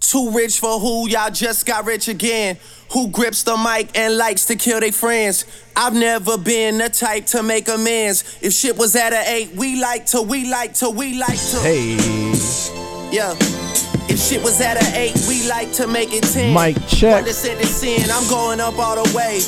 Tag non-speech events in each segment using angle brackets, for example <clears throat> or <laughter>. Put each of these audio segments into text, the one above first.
Too rich for who? Y'all just got rich again. Who grips the mic and likes to kill their friends? I've never been the type to make amends. If shit was at an eight, we like to, we like to, we like to. Hey, Yeah. If shit was at an eight, we like to make it ten. Mic check. Condescending sin, I'm going up all the way.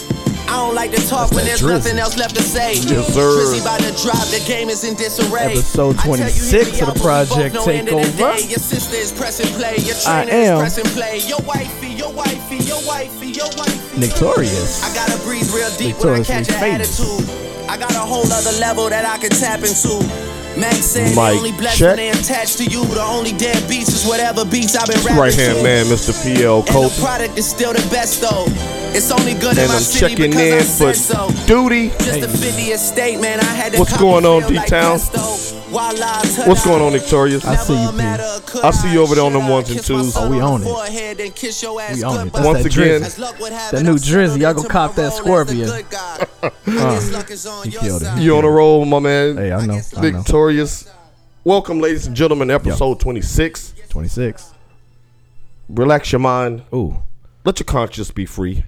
I don't like to talk when that there's drizzy. nothing else left to say. Yes, sir. Drizzy about to drop, the game is in disarray. Episode I tell you, hit 26 of the album, we Project both know end of the Takeover. day, Your sister is pressing play, your I trainer is am. pressing play. Your wifey, your wifey, your wifey, your wifey. Notorious. I gotta breathe real deep when I catch Notoriously an famous. attitude. I got a whole other level that I can tap into. Max said Mic the only blessing check. they attached to you. The only dead beats is whatever beats I've been rapping Right hand to. man, Mr. PL And the Coach. product is still the best though. It's only good in And my I'm city checking because I in for said so. duty. Just the 50th state, man. I had to What's copy going on, feel like D-Town? Presto. Voila, ta-da. What's going on, Victorious? I see you, P. Matter, could I see you over there on them should I ones and kiss my twos. son Oh, we the on it. forehead and kiss your ass we on it. goodbye? That's Once that again- Drizzy. As luck would have That it, new I'm still Drizzy, y'all go to cop my that role as the <laughs> Scorpion. good guy. I guess luck is on he your killed it. side. You on a roll, my man. Hey, I know. I know. Victorious. Welcome, ladies and gentlemen, episode 26. 26. Relax your mind. Ooh, Let your conscience be free.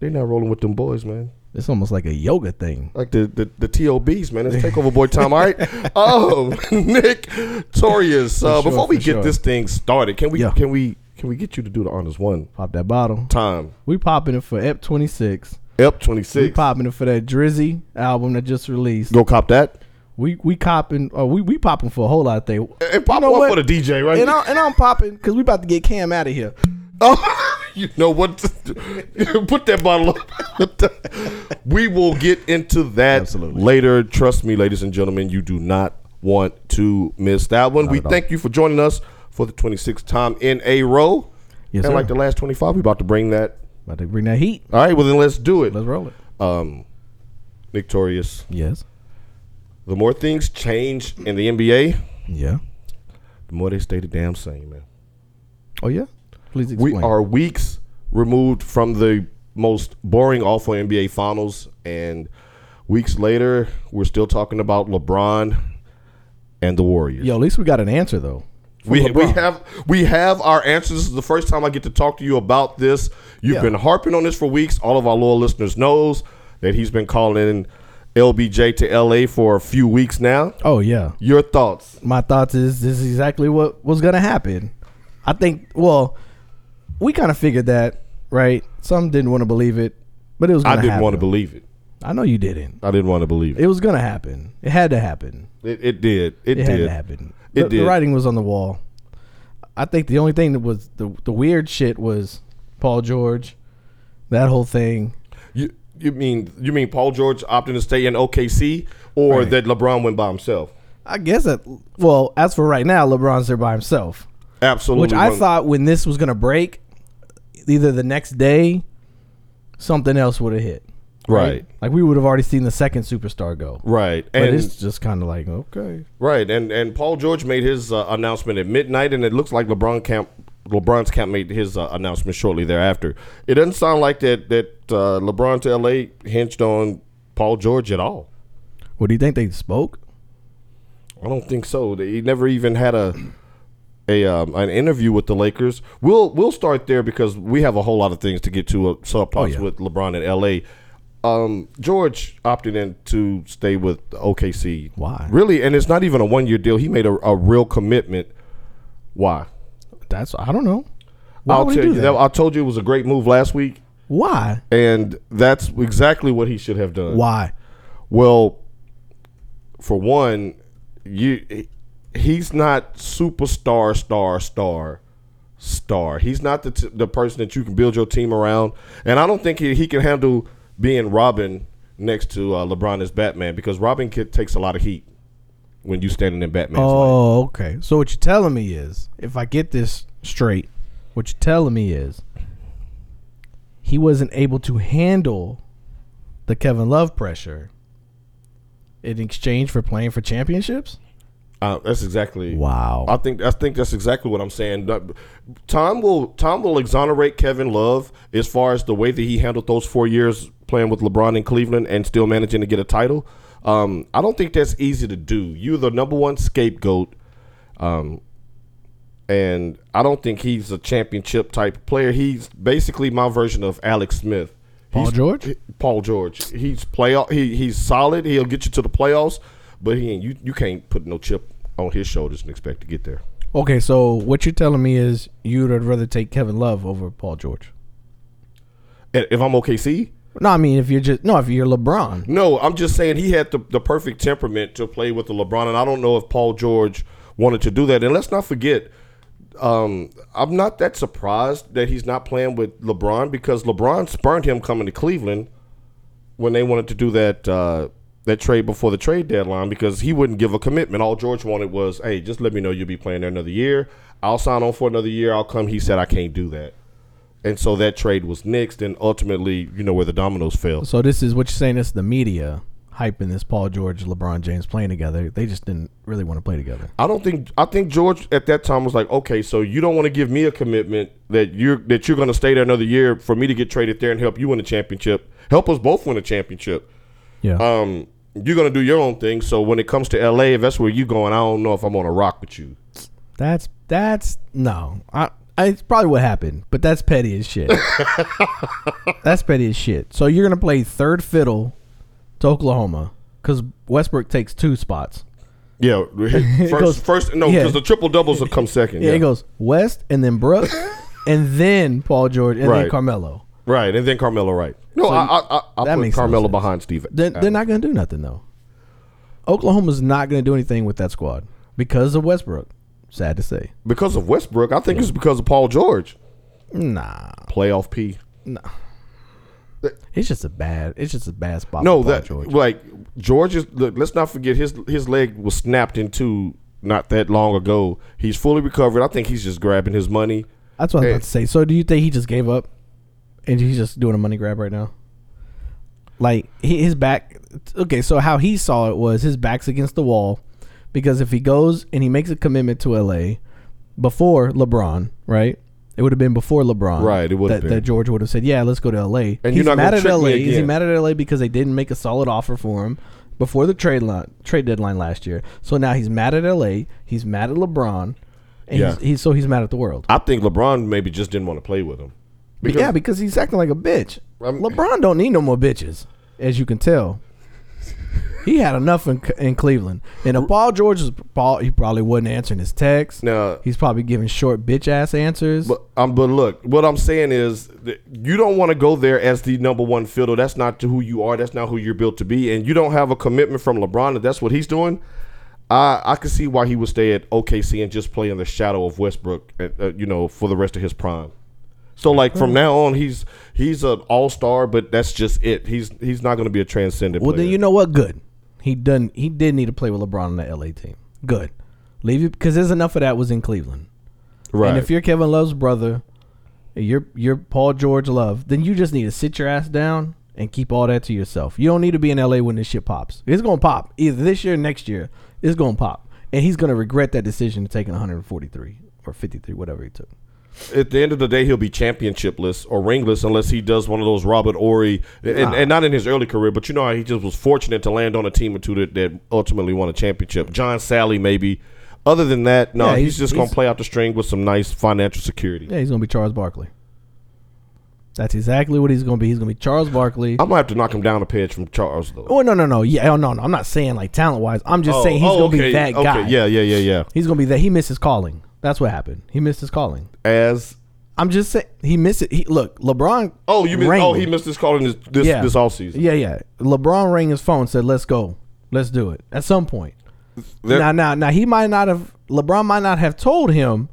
They not rolling with them boys, man. it's almost like a yoga thing. Like the the, the TOBs, man. It's takeover boy <laughs> time. All right. Oh, Nick Torius. Uh, For sure, before we for get sure. this thing started, can we Yeah. can we can we get you to do the honors one Pop that bottle. time? We popping it for EP 26. Ep twenty We six. popping it for that Drizzy album that just released. Go cop that. We we copping. Uh, we we popping for a whole lot of things. And pop You know one what? for the DJ, right? And, I, and I'm popping because we about to get Cam out of here. Oh, <laughs> you know what? Put that bottle up. <laughs> we will get into that Absolutely. later. Trust me, ladies and gentlemen, you do not want to miss that one. we at all. thank you for joining us for the 26th time in a row. Yes, and sir. like the last 25, we about to bring that. About to bring that heat. All right, well, then let's do it. Let's roll it. Um, Victorious, Yes. the more things change in the NBA, Yeah. the more they stay the damn same, man. Oh yeah. Please we explain. are weeks removed from the most boring, awful NBA finals, and weeks later, we're still talking about LeBron and the Warriors. Yo, at least we got an answer though. from we, we LeBron. have we have our answers. This is the first time I get to talk to you about this. You've Yeah. been harping on this for weeks. All of our loyal listeners knows that he's been calling LBJ to LA for a few weeks now. Oh yeah. Your thoughts? my thoughts is this is exactly what was gonna happen. I think well, we kind of figured that, right? Some didn't want to believe it, but it was. I Gonna didn't happen. want to believe it. I know you didn't. I didn't want to believe it. It was gonna happen. It had to happen. It, it did. It, It had did. to happen. It the, the did. writing was on the wall. I think the only thing that was the the weird shit was Paul George, that whole thing. You you mean you mean Paul George opting to stay in OKC, or Right. that LeBron went by himself? I guess that. Well, as for right now, LeBron's there by himself. Absolutely. Which I one- thought when this was gonna break, either the next day, something else would have hit. Right. Like we would have already seen the second superstar go. Right. But And it's just kind of like okay, right. And and Paul George made his uh, announcement at midnight, and it looks like LeBron camp. LeBron's camp made his uh, announcement shortly thereafter. It doesn't sound like that that uh, LeBron to LA hinged on Paul George at all. what do you think they spoke? I don't think so. He never even had a a um, an interview with the Lakers. We'll we'll start there because we have a whole lot of things to get to. Uh, so up talks Oh, yeah. with LeBron in L.A. Um, George opted in to stay with OKC. Why? Really, and it's not even a one year deal. He made a, a real commitment. Why? That's I don't know. Why I'll would he tell do you. that? I told you it was a great move last week, Why? and that's exactly what he should have done. Why? Well, for one, you he's not superstar, star, star, star. He's not the t- the person that you can build your team around, and I don't think he, he can handle being Robin next to uh, LeBron as Batman because Robin kid takes a lot of heat when you standing in Batman's light. Oh, okay. So what you're telling me is, if I get this straight, what you're telling me is, he wasn't able to handle the Kevin Love pressure in exchange for playing for championships. Uh, that's exactly Wow. I think I think that's exactly what I'm saying. That- Tom will Tom will exonerate Kevin Love as far as the way that he handled those four years playing with LeBron in Cleveland and still managing to get a title. Um, I don't think that's easy to do. You're the number one scapegoat, um, and I don't think he's a championship type player. He's basically my version of Alex Smith. Paul He's- George? Paul George. He's playoff. He he's solid. He'll get you to the playoffs, but he ain't, you you can't put no chip on his shoulders and expect to get there. Okay, so what you're telling me is you'd rather take Kevin Love over Paul George? And if I'm OKC, No, I mean if you're just no, if you're LeBron. no, I'm just saying he had the, the perfect temperament to play with the LeBron, and I don't know if Paul George wanted to do that. And let's not forget, um, I'm not that surprised that he's not playing with LeBron because LeBron spurned him coming to Cleveland when they wanted to do that uh, that trade before the trade deadline because he wouldn't give a commitment. All George wanted was, "Hey, just let me know you'll be playing there another year. I'll sign on for another year. I'll come." He said, "I can't do that," and so that trade was nixed. And ultimately, you know where the dominoes fell. So this is what you're saying. This is the media hyping this Paul George, LeBron James playing together. They just didn't really want to play together. I don't think I think George at that time was like, okay, so you don't want to give me a commitment that you're that you're going to stay there another year for me to get traded there and help you win a championship, help us both win a championship. Yeah. Um, you're going to do your own thing. So when it comes to L.A., if that's where you're going, I don't know if I'm going to rock with you. That's that's no. I, I it's probably what happened, but that's petty as <laughs> shit. that's petty as shit. So you're gonna play third fiddle to Oklahoma because Westbrook takes two spots. Yeah, <laughs> first, goes- first no, yeah. because the triple doubles will come second. Yeah, Yeah, it goes West and then Brooke <laughs> and then Paul George and then Right. Carmelo. right, and then Carmelo, right? No, I I, I, I that put makes no Carmelo sense. behind Steve. They're, they're not gonna do nothing though. Oklahoma's not gonna do anything with that squad because of Westbrook. Sad to say. because of Westbrook. I think it's because of Paul George. Nah, Playoff P. it's just a bad. It's just a bad spot. No, for Paul that George. like George is. Look, let's not forget his his leg was snapped in two not that long ago. He's fully recovered. I think he's just grabbing his money. That's what I was Eh. about to say. So do you think he just gave up, and he's just doing a money grab right now? Like he, his back. Okay, so how he saw it was his back's against the wall, because if he goes and he makes a commitment to L.A. before LeBron, right? It would have been before LeBron, Right, it would have that, been. that George would have said, "Yeah, let's go to L.A." And He's you're not gonna mad at trick me L.A. Is he again. mad at L.A. because they didn't make a solid offer for him before the trade line, trade deadline last year? So now he's mad at L.A. He's mad at LeBron, and Yeah. he's, he's so he's mad at the world. I think LeBron maybe just didn't want to play with him. Because, yeah, because he's acting like a bitch. I'm- LeBron don't need no more bitches, as you can tell. he had enough in, in Cleveland. And if Paul George is Paul, he probably wasn't answering his texts. Now- he's probably giving short bitch ass answers. but um, but look, what I'm saying is that you don't want to go there as the number one fiddle. That's not who you are. That's not who you're built to be. And you don't have a commitment from LeBron. If that's what he's doing, I I could see why he would stay at OKC and just play in the shadow of Westbrook. At, uh, you know, for the rest of his prime. So like from now on, he's he's an all star, but that's just it. He's he's not going to be a transcendent. well, player. then you know what? Good. He done. He did need to play with LeBron on the LA team. Good. Leave it because there's enough of that was in Cleveland. right? And if you're Kevin Love's brother, and you're you're Paul George Love, then you just need to sit your ass down and keep all that to yourself. You don't need to be in LA when this shit pops. It's gonna pop either this year, or next year. It's gonna pop, and he's gonna regret that decision of taking 143 or 53, whatever he took. at the end of the day, he'll be championshipless or ringless unless he does one of those Robert Ory, and, and not in his early career, but you know how he just was fortunate to land on a team or two that, that ultimately won a championship. John Sally, maybe. Other than that, no, Yeah, he's, he's- just going he's- to play out the string with some nice financial security. Yeah, he's gonna be Charles Barkley. That's exactly what he's gonna be. He's gonna be Charles Barkley. I'm going to have to knock him down a peg from Charles, though. oh no no no yeah oh, no no I'm not saying like talent wise. I'm just saying he's oh, gonna be okay, that okay, guy. Yeah, yeah, yeah, yeah. He's gonna be that. He missed his calling. That's what happened. He missed his calling. As. I'm just saying he missed it. He, look, LeBron. Oh, you missed, rang oh me. he missed this call in this this, Yeah. this offseason. Yeah, yeah. LeBron rang his phone, said, "Let's go, let's do it." At some point. There- now, now, now he might not have. LeBron might not have told him,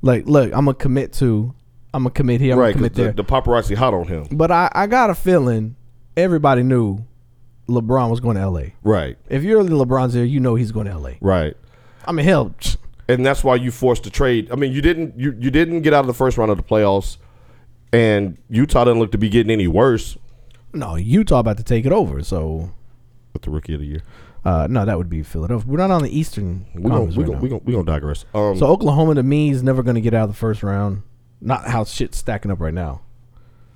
like, look, I'm gonna commit to, I'm gonna commit here, I'm Right, gonna commit 'cause there. the, the paparazzi hot on him. but I, I got a feeling everybody knew LeBron was going to L.A. Right, If you're LeBron's there, you know he's going to L.A. right. I mean, hell, <sniffs> and that's why you forced the trade. I mean, you didn't you, you didn't get out of the first round of the playoffs, and Utah didn't look to be getting any worse no, Utah about to take it over, so. with the rookie of the year. Uh, no, that would be Philadelphia. We're not on the Eastern. We gonna Conference we right gonna, now. we gonna we gonna digress. Um, So Oklahoma to me is never going to get out of the first round. Not how shit's stacking up right now.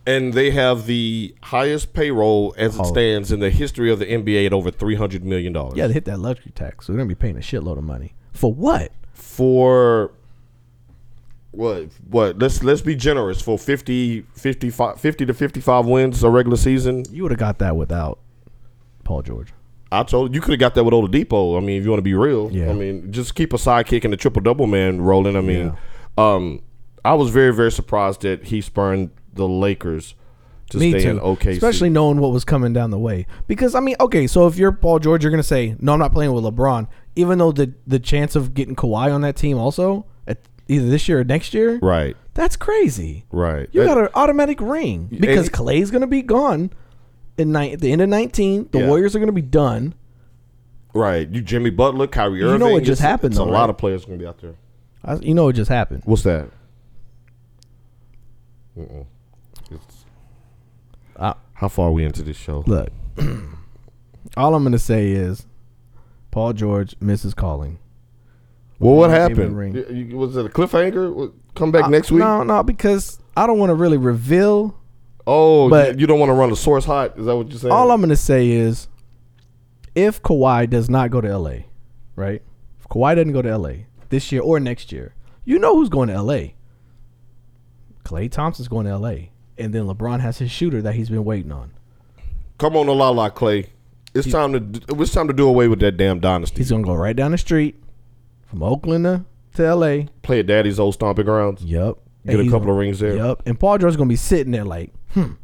and they have the highest payroll as it Oh. stands in the history of the NBA at over three hundred million dollars. Yeah, they hit that luxury tax, so they're going to be paying a shitload of money for what? for what what let's let's be generous for 50 55 50 to 55 wins a regular season You would have got that without Paul George. i told you could have got that with Oladipo. i mean if you want to be real Yeah. i mean just keep a sidekick and a triple double man rolling i mean um i was very very surprised that he spurned the lakers to Me stay too. in okc Especially knowing what was coming down the way. Because I mean, okay, so if you're Paul George, you're gonna say, No, I'm not playing with LeBron, even though the the chance of getting Kawhi on that team also at either this year or next year, right that's crazy. right You That- got an automatic ring. Because it- Clay's gonna be gone in ni- at the end of nineteen. The Yeah. Warriors are gonna be done. right you jimmy butler kyrie know irving what it's- just happened, it's though, a lot right? of players gonna be out there I, you know it just happened. what's that Mm-mm. It's- I- how far are we into this show Look, <clears throat> all I'm gonna say is Paul George misses calling. Well, what Ring, happened? ring, ring. You- you- was it a cliffhanger? What- Come back I- next week. No, no, because I don't want to really reveal. Oh, But- you, you don't want to run the source hot? Is that what you're saying? All I'm gonna say is, if Kawhi does not go to L.A., right? If Kawhi doesn't go to L.A. this year or next year, you know who's going to L.A. Clay Thompson's going to L.A. And then LeBron has his shooter that he's been waiting on. Come on, the la la Clay. It's time to d- it's time to do away with that damn dynasty. He's gonna go right down the street from Oakland to, to L.A. Play at Daddy's old stomping grounds. Yep. Get a he's couple gonna- of rings there. Yep. And Paul George gonna be sitting there like, hmm,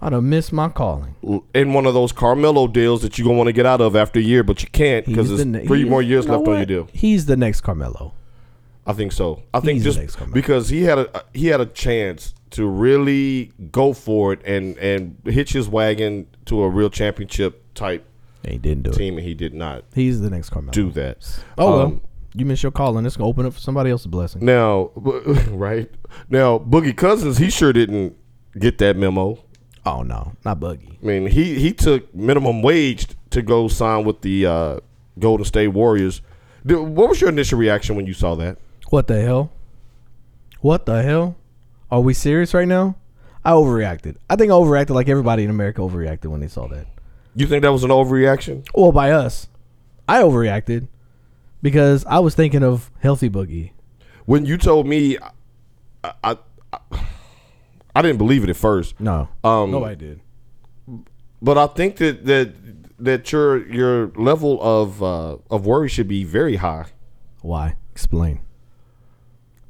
I done missed my calling. L- In one of those Carmelo deals that you're gonna want to get out of after a year, but you can't because He's the there's ne- three he- more years you know left on your what? deal. He's the next Carmelo. I think so. I think He's the just next Carmelo. because he had a uh, he had a chance to really go for it and and hitch his wagon to a real championship type And he didn't do it. team, and he did not. He's the next Carmelo. do that. Oh well, Um, you missed your calling. It's gonna open up for somebody else's blessing. Now, <laughs> right now, Boogie Cousins, he sure didn't get that memo. Oh no, not Buggy. I mean, he he took minimum wage to go sign with the uh, Golden State Warriors. Th- What was your initial reaction when you saw that? What the hell? What the hell? Are we serious right now? I overreacted. I think I overreacted like everybody in America overreacted when they saw that. You think that was an overreaction? Well, by us, I overreacted because I was thinking of healthy Boogie. When you told me, I I, I, I didn't believe it at first. No, Um, nobody did. But I think that that that your your level of uh, of worry should be very high. Why? Explain.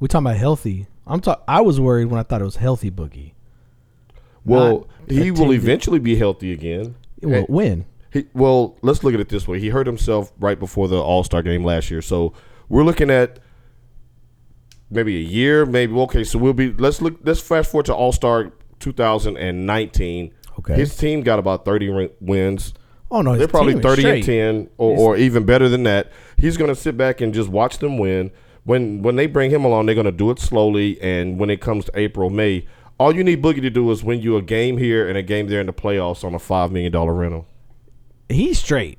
We talking about healthy. I'm talk. I was worried when I thought it was healthy Boogie. Well, Not he will attended. eventually be healthy again. Well, when? He, well, let's look at it this way. He hurt himself right before the All Star game last year, so we're looking at maybe a year, maybe okay. So we'll be let's look let's fast forward to All Star 2019. Okay. his team got about 30 ri- wins. Oh no, his They're probably team is 30 straight. and 10, or, or even better than that. He's going to sit back and just watch them win. When when they bring him along, they're going to do it slowly. And when it comes to April, May, all you need Boogie to do is win you a game here and a game there in the playoffs on a five million dollar rental. He's straight.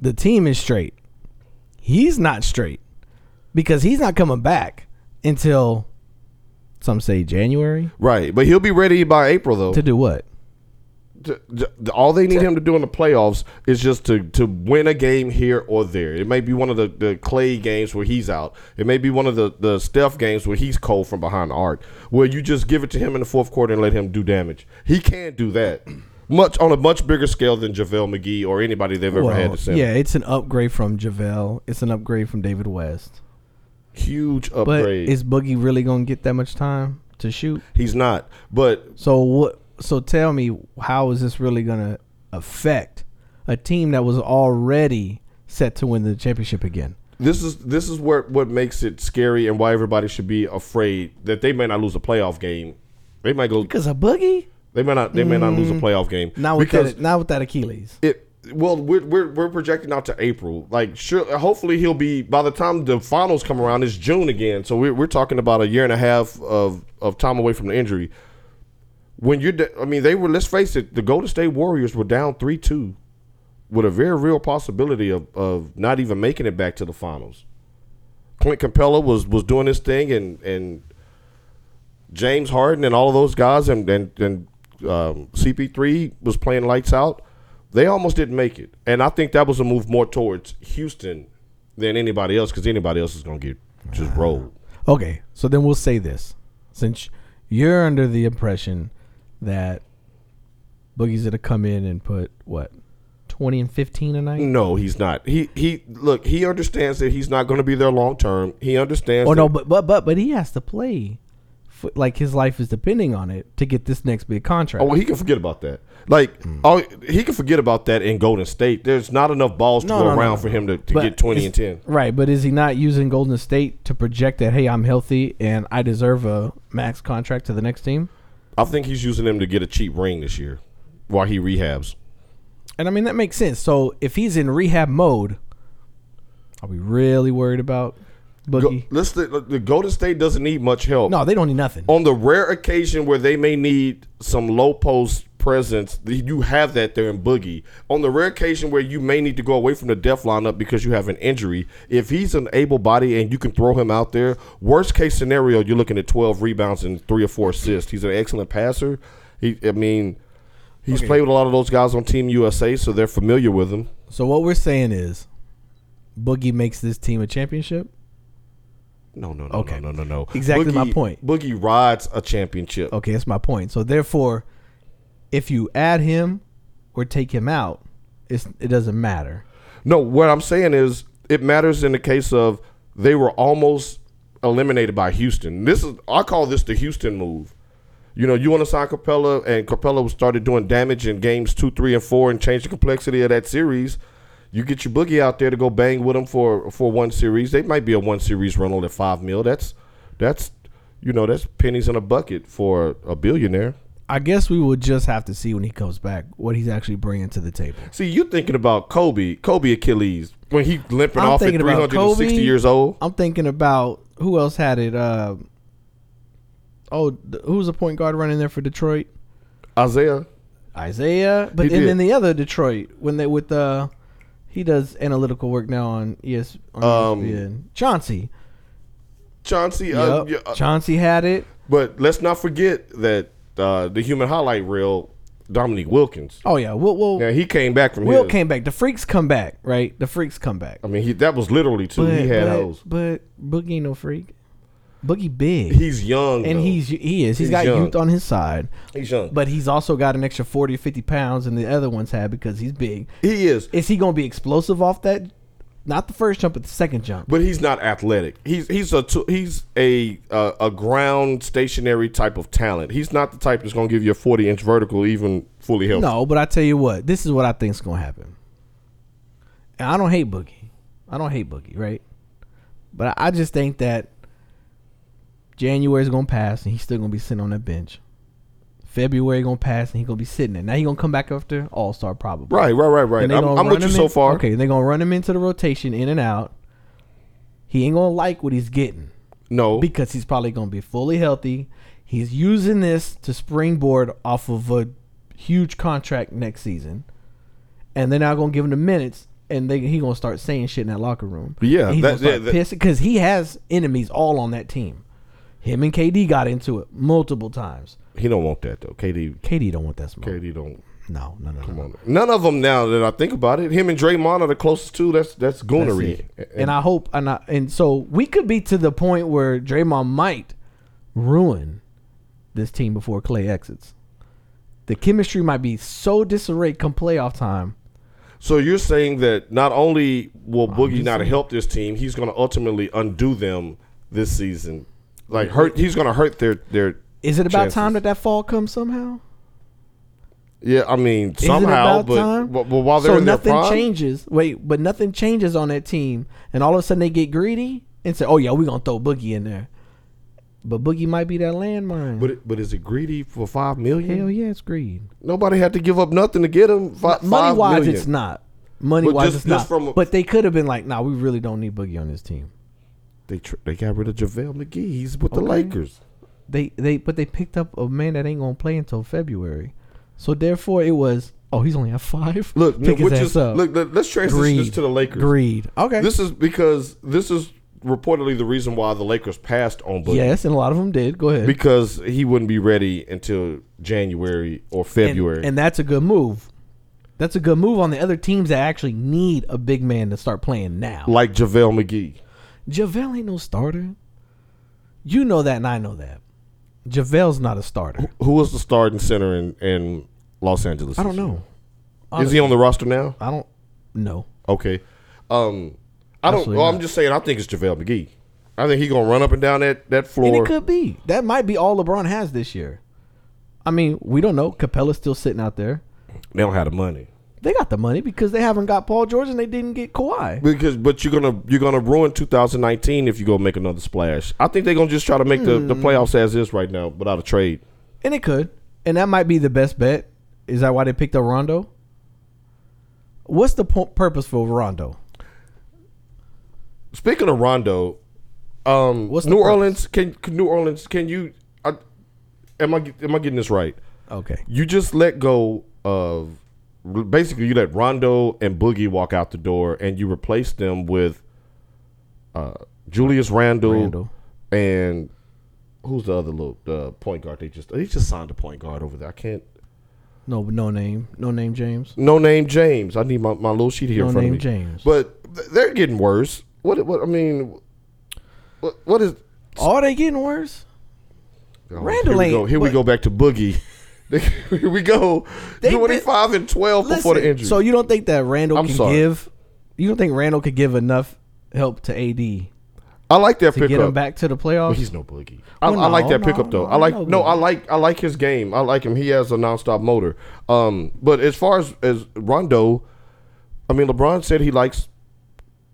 The team is straight. He's not straight because he's not coming back until some say January Right, but he'll be ready by April though. to do what? J- j- all they need him to do in the playoffs is just to to win a game here or there. It may be one of the, the Clay games where he's out. It may be one of the the Steph games where he's cold from behind the arc. Where you just give it to him in the fourth quarter and let him do damage. He can do that <clears throat> much on a much bigger scale than JaVale McGee or anybody they've ever had Well, to send. yeah, it's an upgrade from JaVale. It's an upgrade from David West. huge But upgrade. is Boogie really gonna get that much time to shoot? he's not, but So what? So tell me, how is this really gonna affect a team that was already set to win the championship again? this is this is where what makes it scary and why everybody should be afraid that they may not lose a playoff game. They might go Because a Boogie, They may not. They may not lose a playoff game. Mm. not with because that, not with that Achilles. it. Well, we're, we're we're projecting out to April. Like, sure, hopefully he'll be by the time the finals come around. It's June again, so we're we're talking about a year and a half of of time away from the injury. When you're, da- I mean, they were. Let's face it, the Golden State Warriors were down three two, with a very real possibility of of not even making it back to the finals. Clint Capella was was doing his thing, and and James Harden and all of those guys and and, and um, CP3 was playing lights out. They almost didn't make it, and I think that was a move more towards Houston than anybody else because anybody else is going to get just rolled. Okay, so then we'll say this. Since you're under the impression that Boogie's going to come in and put, what, 20 and 15 a night? No, he's not. He he look, he understands that he's not going to be there long term. He understands Oh, no, that- but, but, but, but he has to play. For, like his life is depending on it to get this next big contract. Oh, well, he can forget about that. Like, Hmm. all, he can forget about that in Golden State. There's not enough balls to No, go no, no, around no. for him to, to But get 20 is- and 10. Right, but is he not using Golden State to project that hey, I'm healthy and I deserve a max contract to the next team? I think he's using them to get a cheap ring this year while he rehabs. And I mean that makes sense. So if he's in rehab mode, are we really worried about Go, Boogie? let's, the, the Golden State doesn't need much help. no, they don't need nothing. On the rare occasion where they may need some low post presence, th- you have that there in Boogie. On the rare occasion where you may need to go away from the def lineup because you have an injury, if he's an able body and you can throw him out there, worst case scenario, you're looking at 12 rebounds and three or four assists. He's an excellent passer. He, I mean, he's played with a lot of those guys on Team USA, so they're familiar with him. So what we're saying is, Boogie makes this team a championship. No, no, no, Okay. no, no, no, no. Exactly my point. Boogie rides a championship. Okay, that's my point. So therefore, if you add him or take him out, it's, it doesn't matter. No, what I'm saying is it matters in the case of they were almost eliminated by Houston. This is I call this the Houston move. You know, you want to sign Capella, and Capella started doing damage in games two, three, and four, and changed the complexity of that series. You get your boogie out there to go bang with them for for one series. They might be a one series rental at five mil. That's that's you know that's pennies in a bucket for a billionaire. I guess we will just have to see when he comes back what he's actually bringing to the table. See, you thinking about Kobe, Kobe Achilles when he limping I'm off at thinking three about hundred and sixty Kobe. years old. I'm thinking about who else had it. Uh, oh, th- who was the point guard running there for Detroit? Isaiah. Isaiah, but He and did. then the other Detroit when they with uh he does analytical work now on ES on E Um, ESPN. Chauncey, Chauncey. Uh, Yup. yeah, uh, Chauncey had it. but let's not forget that uh, the human highlight reel, Dominique Wilkins. Oh yeah, Will Will, Now he came back from Will his- came back. The freaks come back, right? The freaks come back. I mean, he that was literally two. Um, he had but, those. but Boogie ain't no freak. Boogie big, He's young and though. he's he is. He's he's got young. youth on his side. he's young, But he's also got an extra 40 or 50 pounds than the other ones had because he's big. he is. Is he going to be explosive off that? Not the first jump, but the second jump. But he's not athletic. He's he's a two- he's a uh, a ground stationary type of talent. He's not the type that's going to give you a forty inch vertical even fully healthy. No, but I tell you what, this is what I think's going to happen. And I don't hate Boogie. I don't hate Boogie, right? But I I just think that January's going to pass and he's still going to be sitting on that bench. February going to pass and he's going to be sitting there. Now he's going to come back after All Star probably. Right, right, right, right. And they I'm, gonna I'm run with you him so in- far. Okay, they're gonna run him into the rotation in and out. He ain't gonna like what he's getting No, because he's probably gonna be fully healthy. He's using this to springboard off of a huge contract next season, and they're not gonna give him the minutes. And they, he gonna start saying shit in that locker room. Yeah, and he's that- gonna start yeah, that- pissing because he has enemies all on that team. Him and KD got into it multiple times. he don't want that though. KD, KD don't want that smoke. KD don't. No, no, no, no. on it. None of them now that I think about it. Him and Draymond are the closest two. That's that's That's goonery. it. And I hope and I, and so we could be to the point where Draymond might ruin this team before Clay exits. The chemistry might be so disarray come playoff time. So you're saying that not only will Boogie just not saying. help this team, he's going to ultimately undo them this season. Like hurt, he's going to hurt their their. Is it about chances. time that that fall comes somehow? Yeah, I mean Is it somehow, about but, time? but but while they're so in nothing their prime, changes. Wait, but nothing changes on that team, and all of a sudden they get greedy and say, "Oh yeah, we're gonna throw Boogie in there." But Boogie might be that landmine. But it- but is it greedy for five million? Hell yeah, it's greed. Nobody had to give up nothing to get him. Fi- money wise, $5 million. it's not. Money But wise, just- it's not. just from a- but they could have been like, "Nah, we really don't need Boogie on this team." They tr- they got rid of Javale McGee. He's with the Okay. Lakers. They they but they picked up a man that ain't gonna play until February, so therefore it was. Oh, he's only at five. <laughs> Look, pick his which ass is, up. look. let- Let's transition this greed to the Lakers. Greed. Okay. This is because this is reportedly the reason why the Lakers passed on Boogie. yes, and a lot of them did. Go ahead. Because he wouldn't be ready until January or And- February. and, that's a good move. That's a good move on the other teams that actually need a big man to start playing now. like JaVale McGee. Javale ain't no starter. You know that, and I know that. JaVale's not a starter. Who was the starting center in, in Los Angeles? I don't know. Is he on the roster now? I don't know. Okay. Um, I don't. Absolutely Well, I'm not. just saying. I think it's Javale McGee. I think he gonna run up and down that that And floor. it could be. That might be all LeBron has this year. I mean, we don't know. Capella's still sitting out there. They don't have the money They got the money because they haven't got Paul George and they didn't get Kawhi. because. But you're gonna you're gonna ruin 2019 if you go make another splash. I think they're gonna just try to make the, Hmm. the playoffs as is right now without a trade. And it could. And that might be the best bet. Is that why they picked up Rondo? What's the po- purpose for Rondo? Speaking of Rondo, um, What's the New purpose? Orleans? Can, can New Orleans? Can you? I, am I get- am I getting this right? Okay. You just let go of basically you let Rondo and Boogie walk out the door, and you replace them with uh, Julius Randle, Randle. and who's the other little uh, point guard? They just they just signed a point guard over there. I can't. No, no name. No name, James. No name James. I need my, my little sheet here No in front name, of me. James. But th- they're getting worse. What what I mean? What what is? Are they getting worse? Oh, Randall here we ain't- go. Here we but- go back to Boogie. <laughs> here we go. They been- Twenty five and twelve before the Listen, injury. So you don't think that Randall I'm can sorry. give? You don't think Randall could give enough help to AD to I like that get him pickup. back to the Well, playoffs? he's no boogie. I, Well, I like Oh, no, that no, pickup though. no, I like no no, boogie. I like I like his game. I like him. He has a nonstop motor. Um, but as far as as Rondo, I mean, LeBron said he likes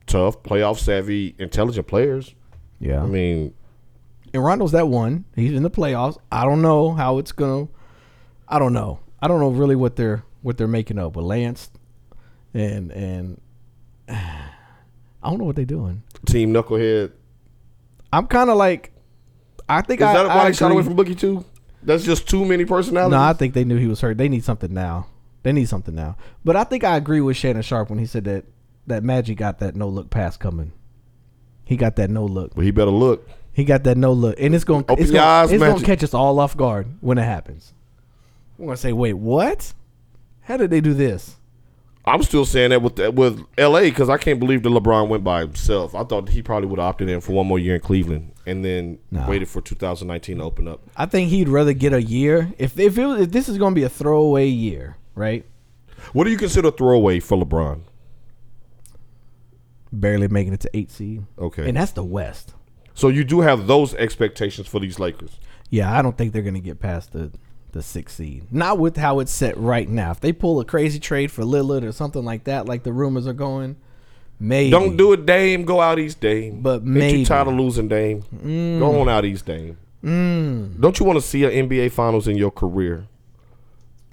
tough, playoff savvy, intelligent players. yeah. I mean, and Rondo's that one. He's in the playoffs. I don't know how it's gonna. I don't know. I don't know really what they're what they're making up with Lance, and and <sighs> I don't know what they're doing. team knucklehead. I'm kind of like, I think Is I. that why I they shot agree. away from Boogie too? That's just too many personalities. No, I think they knew he was hurt. They need something now. They need something now. But I think I agree with Shannon Sharp when he said that that Magic got that no look pass coming. He got that no look. but he better look. He got that no look, and it's going Open it's your going eyes, it's going to Magic. catch us all off guard when it happens. We're going to say, "Wait, what? How did they do this?" I'm still saying that with with LA because I can't believe that LeBron went by himself. I thought he probably would have opted in for one more year in Cleveland and then Nah. waited for 2019 to open up. I think he'd rather get a year. If if it was, if this is going to be a throwaway year, right? What do you consider throwaway for LeBron? Barely making it to 8 seed. Okay. And that's the West. So you do have those expectations for these Lakers. Yeah, I don't think they're gonna get past the the six seed. Not with how it's set right now. If they pull a crazy trade for Lillard or something like that, like the rumors are going, maybe Don't do it, Dame. Go out East, Dame. But Ain't maybe. Mm. you tired of losing, Dame? Go on out East, Dame. Don't you want to see an NBA Finals in your career?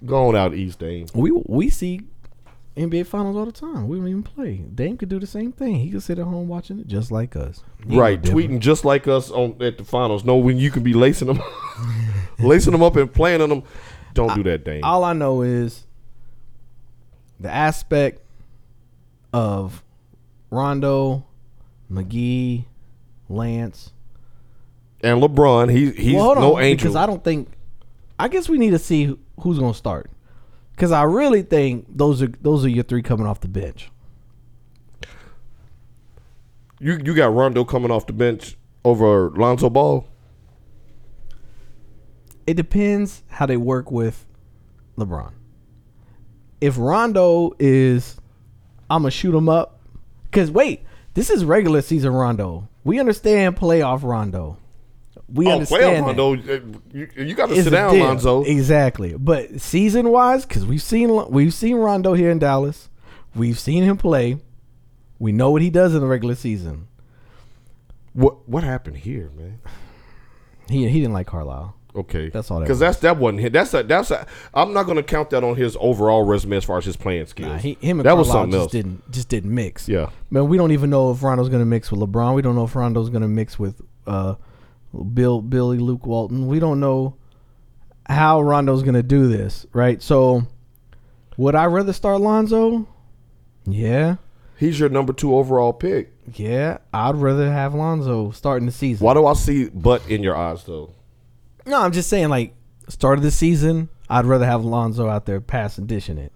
Go on out East, Dame. we we see NBA finals all the time. We don't even play. Dame could do the same thing. He could sit at home watching it just like us. He ain't right, no different. tweeting just like us on at the finals. Know when you can be lacing them, <laughs> lacing them up and playing on them. Don't do that, Dame. All I know is the aspect of Rondo, McGee, Lance, and LeBron, he he's well, hold no on, angel. because I don't think. I guess we need to see who- who's going to start, because I really think those are those are your three coming off the bench. you you got Rondo coming off the bench over Lonzo Ball. It depends how they work with LeBron. If Rondo is, I'm gonna shoot him up. Because wait, this is regular season Rondo. We understand playoff Rondo. We Oh, well, understand that. Rondo, eh, you, you got to It's sit a down, deal. Lonzo. Exactly. But season wise, because we've seen Lo- we've seen Rondo here in Dallas, we've seen him play, we know what he does in the regular season. What what happened here, man? He he didn't like Carlisle. Okay, That's all that Because that's that wasn't his. That's a that's a. I'm not going to count that on his overall resume as far as his playing skills. Nah, he, him and that Carlisle was something just else. didn't just didn't mix. Yeah. Man, we don't even know if Rondo's gonna mix with LeBron. We don't know if Rondo's gonna mix with uh, Bill Billy Luke Walton. We don't know how Rondo's gonna do this, right? So would I rather start Lonzo? Yeah. He's your number two overall pick. Yeah, I'd rather have Lonzo starting the season. Why do I see butt in your eyes though? No, I'm just saying, like, start of the season, I'd rather have Lonzo out there passing, dishing it.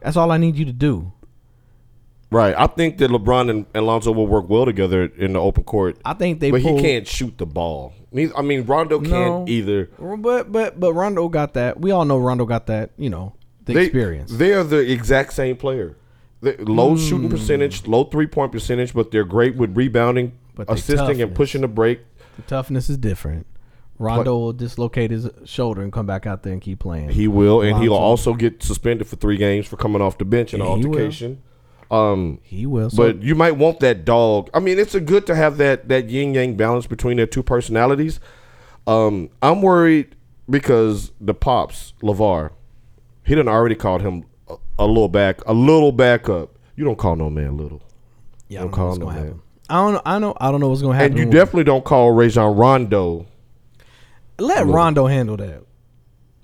That's all I need you to do. Right. I think that LeBron and and Lonzo will work well together in the open court. I think they but pulled- he can't shoot the ball. Neith- I mean, Rondo No. can't either. But but but Rondo got that. We all know Rondo got that. You know the They- experience. Hmm. They are the exact same player. They- low shooting percentage, low three point percentage, but they're great with rebounding, But they assisting, and toughness. pushing the break. the toughness is different. Rondo will dislocate his shoulder and come back out there and keep playing. He will, and he'll Lonzo. also get suspended for three games for coming off the bench in an Yeah, he will. altercation. he will. So, But you might want that dog. I mean, it's a good to have that that yin yang balance between their two personalities. Um, I'm worried because the pops Lavar, he done already called him a, a little back, a little backup. You don't call no man little, yeah, I don't don't know what's call gonna him, happen. man. I don't. I know. I don't know what's gonna happen. and you with- definitely don't call Rajon Rondo. let Rondo handle that.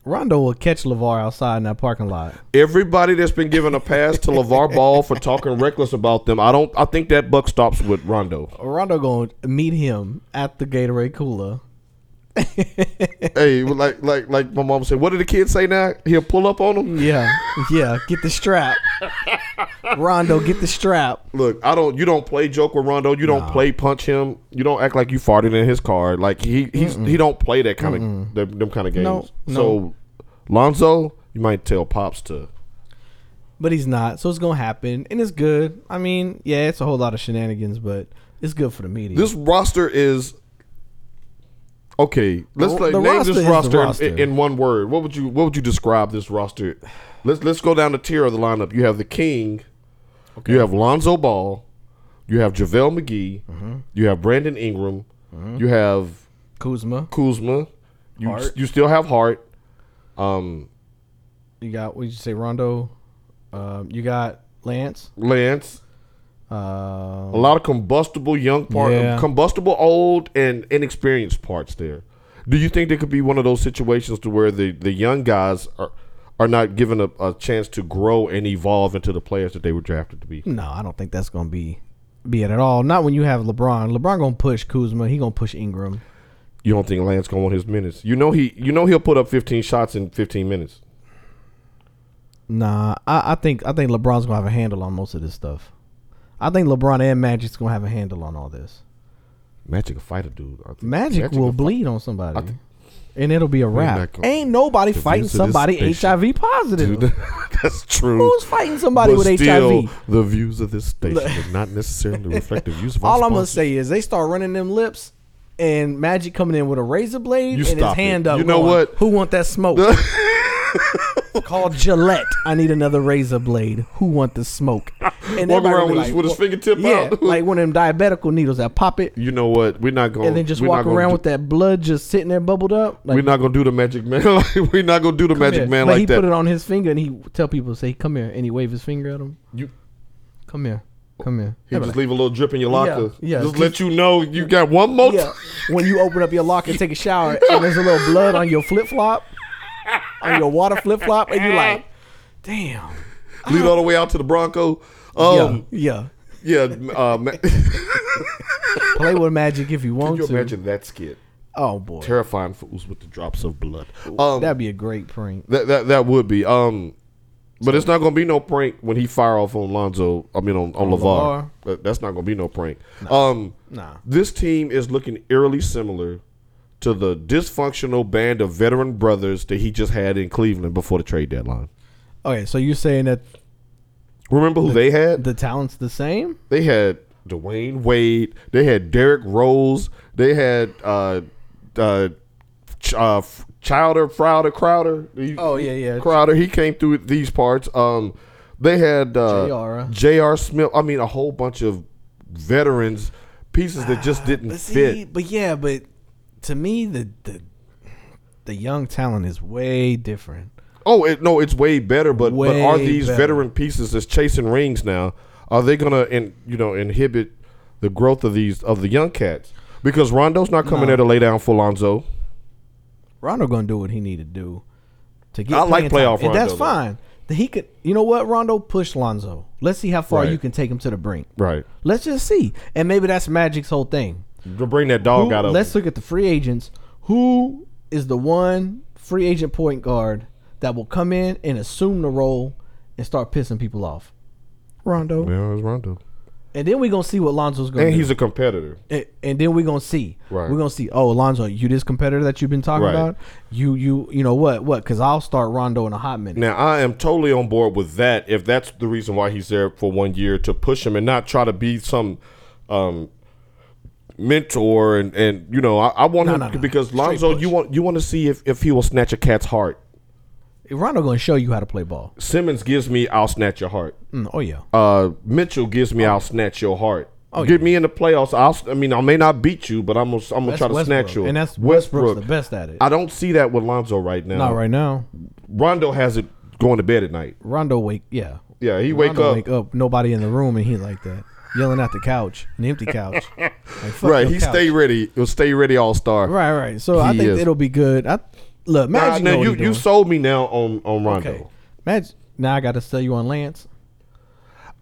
Rondo will catch Levar outside in that parking lot. Everybody that's been given a pass to <laughs> Lavar Ball for talking reckless about them, I don't. I think that buck stops with Rondo. Rondo gonna meet him at the Gatorade cooler. hey, like like like my mom said, what did the kid say now? He'll pull up on them. Yeah, <laughs> yeah. Get the strap, Rondo. Get the strap. Look, I don't. You don't play joke with Rondo. You don't play punch him. You don't act like you farted in his car. Like he he's, he don't play that kind of them, them kind of games. No, no. So Lonzo, you might tell pops to. But he's not, so it's gonna happen, and it's good. I mean, yeah, it's a whole lot of shenanigans, but it's good for the media. This roster is okay. Let's The- like, the name roster is this the roster, in- roster. In, one word. What would you What would you describe this roster? Let's let's go down the tier of the lineup. You have the King. You have Lonzo Ball. You have JaVale McGee. Mm-hmm. You have Brandon Ingram. You have Kuzma, Kuzma. You Hart. you still have Hart. Um, you got what did you say, Rondo? Um, you got Lance. Lance. Uh, A lot of combustible young part, um, Yeah. combustible old and inexperienced parts there. Do you think there could be one of those situations to where the, the young guys are are not given a, a chance to grow and evolve into the players that they were drafted to be? no, I don't think that's gonna be be it at all. Not when you have LeBron. LeBron gonna push Kuzma. He gonna push Ingram. You don't think Lance gonna want his minutes? You know he you know he'll put up fifteen shots in fifteen minutes. Nah, I, I think I think LeBron's gonna have a handle on most of this stuff. I think LeBron and Magic's gonna have a handle on all this. Magic a fighter, dude. I think Magic, will a bleed on somebody, and it'll be a not wrap. gonna- Ain't nobody fighting views of this somebody station- HIV positive. <laughs> dude. <laughs> That's true. Who's fighting somebody But with still, HIV? The views of this station <laughs> do not necessarily reflect the views of our All I'm gonna sponsors. say is they start running them lips, and Magic coming in with a razor blade and You his stop it. hand up. You know going, what? Who want that smoke? <laughs> Call Gillette. I need another razor blade. Who want the <laughs> smoke? And Walk everybody around be with his- with his fingertip yeah, out. like one of them diabetical needles that pop <laughs> it, You know what? We're not going. and then just walk around with that blood just sitting there bubbled up. Like, We're not gonna do the magic man. <laughs> like, we're not gonna do the magic yeah. man but like he that. put it on his finger, and he tell people say, "Come here," and he wave his finger at them. You- come here, come here. he Yeah, just but- leave a little drip in your locker. yeah, just just- let you know you got one more. Yeah. time. When you open up your locker and take a shower and there's a little blood on your flip flop, on your water flip flop, and you're like, damn. Lead all the way out to the Bronco. <laughs> Yeah. Um, yeah. yeah. uh, ma- <laughs> Play with magic if you Can want you to. imagine that skit? Oh, boy. Terrifying fools with the drops of blood. Um, That'd be a great prank. That that that would be. Um, but it's not gonna be no prank when he fire off on Lonzo. I mean on on, Lavar. LeVar. That, that's not gonna be no prank. Um, Nah. this team is looking eerily similar to the dysfunctional band of veteran brothers that he just had in Cleveland before the trade deadline. Okay, so you're saying that Remember who they had? the talent's the same? They had Dwayne Wade. They had Derrick Rose. They had uh, uh, Ch- uh, F- Childer, Frowder, Crowder. He- Oh, yeah, yeah. Crowder. He came through these parts. Um, they had uh, JR. J.R. Smith. I mean, a whole bunch of veterans pieces that just didn't Ah, But see, fit. but yeah, but to me, the, the, the young talent is way different. Oh it, no, it's way better. But but are Way these better. veteran pieces that's chasing rings now? Are they gonna in, you know inhibit the growth of these of the young cats? Because Rondo's not coming there to lay down for Lonzo. Rondo gonna do what he need to do to get. I like playing time. playoff And that's Rondo, though. fine. Then He could, you know what, Rondo push Lonzo. Let's see how far Right. you can take him to the brink. Right. Let's just see, and maybe that's Magic's whole thing. To bring that dog Who- out of let's him. look at the free agents. Who is the one free agent point guard that will come in and assume the role and start pissing people off? Rondo. Yeah, it's Rondo. And then we're gonna see what Lonzo's gonna And do. he's a competitor. and, and then we're gonna see. Right. We're gonna see. Oh, Alonzo, you this competitor that you've been talking Right. about. You you you know what what? Because I'll start Rondo in a hot minute. Now I am totally on board with that. If that's the reason why he's there for one year to push him and not try to be some um, mentor and and you know I, I want No, him no, no. because Straight Lonzo push. you want you want to see if if he will snatch a cat's heart. Rondo gonna show you how to play ball. Simmons gives me I'll snatch your heart. Mm, oh yeah. Uh, Mitchell gives Oh. me I'll snatch your heart. Get me in the playoffs. I'll, si mean, I may not beat you, but I'm gonna, I'm gonna That's try to snatch Westbrook, you. and that's Westbrook's Westbrook. the best at it. I don't see that with Lonzo right now. Not right now. Rondo has it going to bed at night. Rondo wake yeah. Yeah, he wake Rondo up. wake up. Nobody in the room, and he like that yelling at the couch, an empty <laughs> couch. Like, fuck Right, your he couch. stay ready. He'll stay ready all star. Right, right. So I He think is. it'll be good. I look Nah, Magic. now know what you, he you doing. sold me now on on Rondo. okay. Magic. Now I got to sell you on Lance.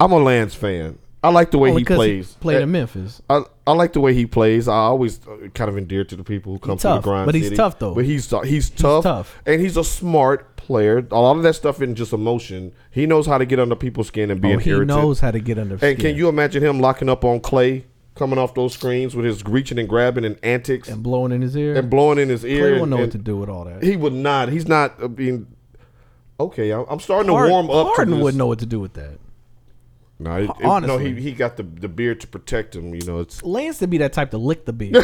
I'm a Lance fan. I like the way Only he Oh, 'cause plays. played Eh, in Memphis. I, I like the way he plays. I always uh, kind of endeared to the people who come to the tough, grind. but he's city. tough, though. But he's uh, he's tough. tough. and he's a smart player. A lot of that stuff isn't just emotion. He knows how to get under people's skin and be Oh, an he irritant. knows how to get under. and skin. can you imagine him locking up on Clay, coming off those screens with his reaching and grabbing and antics and and, blowing in his ear? blowing in his ear? Clay and- won't know and- what to do with all that. He would not. He's not uh, being. Okay, I'm, I'm starting Hard- to warm up. Harden to this. wouldn't know what to do with that. No, it- it- no, Honestly. he he got the the beard to protect him. You know, it's Lance to be that type to lick the <laughs> beard.